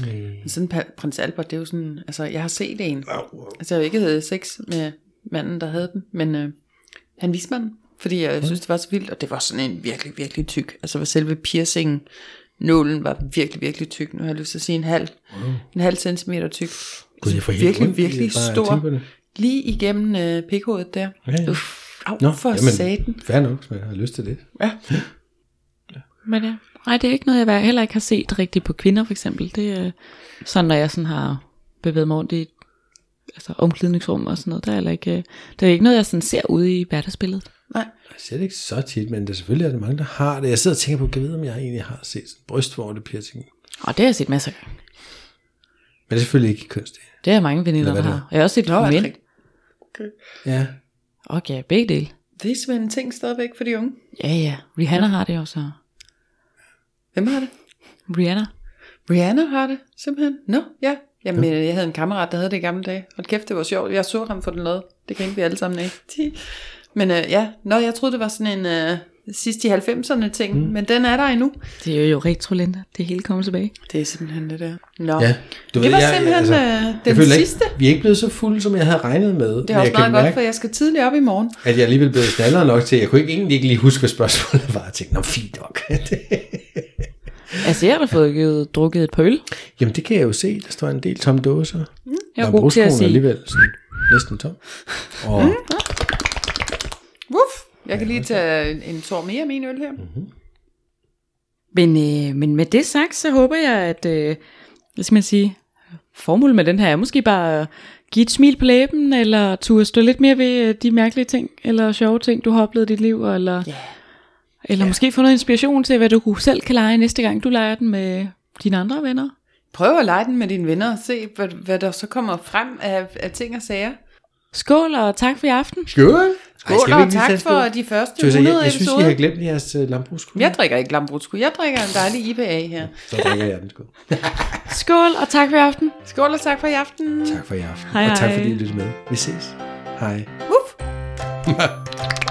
Øh. Men Sådan en pa- prins Albert, det er jo sådan... Altså, jeg har set en. Altså, jeg har jo ikke havde sex med manden, der havde den, men øh, han viste mig den, fordi jeg synes, det var så vildt, og det var sådan en virkelig, virkelig tyk. Altså, var selve piercingen, nålen var virkelig, virkelig tyk. Nu har jeg lyst til at sige en halv, wow. en halv centimeter tyk. Gud, jeg får helt virkelig, ondt i det, virkelig bare at stor. tænke på det. Lige igennem øh, pikhovedet der. Ja, ja. Uff, au, Nå, for satan. fair nok, hvis man har lyst til det. Ja. Men ja. Nej, det er ikke noget, jeg hver- heller ikke har set rigtigt på kvinder, for eksempel. Det er øh, sådan, når jeg sådan har bevæget mig rundt i altså omklædningsrum og sådan noget. Der er heller ikke, øh, det er ikke noget, jeg sådan ser ude i hverdagsbilledet. Nej, Jeg ser det ikke så tit, men der selvfølgelig er der mange, der har det. Jeg sidder og tænker på, kan jeg vide, om jeg egentlig har set sådan brystvorte piercing. Og det har jeg set masser af gange. Men det er selvfølgelig ikke i kunst. det. Det har mange veninder, Eller der hvad det har. Og jeg har også set Nå, er Nå, det mænd. rigtigt? Ja. Og ja, begge dele. det er simpelthen en ting stadigvæk for de unge. Ja, ja. Rihanna har det jo så. Hvem har det? Rihanna. Rihanna har det, simpelthen. Nå, ja. Jamen, øh, jeg havde en kammerat, der havde det i gamle dage. Hold kæft, det var sjovt. Jeg så ham for den noget. Det grinte vi alle sammen af. Ti. Men øh, ja, Nå, jeg troede, det var sådan en øh, sidst i 90'erne ting, mm. men den er der endnu. Det er jo retrolinter. Det hele kommer tilbage. Det er simpelthen det der. Nå. Ja, du det var jeg- simpelthen altså, øh, jeg den føler sidste. Ikke, vi er ikke blevet så fulde, som jeg havde regnet med. Det er også meget godt, for jeg skal tidligt op i morgen. at jeg alligevel blev snallere nok til, jeg kunne ikke egentlig ikke lige huske, hvad spørgsmålet var. Jeg tænkte, nå fint nok. Altså, jeg har da fået givet, drukket et par øl. Jamen det kan jeg jo se, der står en del tomme dåser. Mm, Jeg er god til at sige, alligevel sådan, næsten tom. Og mm. Wuff. Jeg kan lige tage en, en tår mere af min øl her. Mm. men, øh, men med det sagt, så håber jeg, at øh, hvad skal man sige, formålet med den her er måske bare at give et smil på læben, eller turde stå lidt mere ved øh, de mærkelige ting, eller sjove ting, du har oplevet i dit liv, eller, yeah. eller yeah. måske få noget inspiration til, hvad du selv kan lege næste gang, du leger den med dine andre venner. Prøv at lege den med dine venner og se, hvad, hvad der så kommer frem af, af ting og sager. Skål, og tak for i aften. skål. Ej, Skål og tak tage en for skål? de første Tøs, jeg, 100 jeg, jeg synes, I har episoder. glemt jeres uh, lambrugskugler. Jeg drikker ikke lambrusco. Jeg drikker en dejlig IPA her. Så drikker jeg den sgu. Skål, og tak for i aften. Skål og tak for i aften. Tak for i aften. Hej, og tak fordi hej. I lyttede med. Vi ses. Hej. Wuff.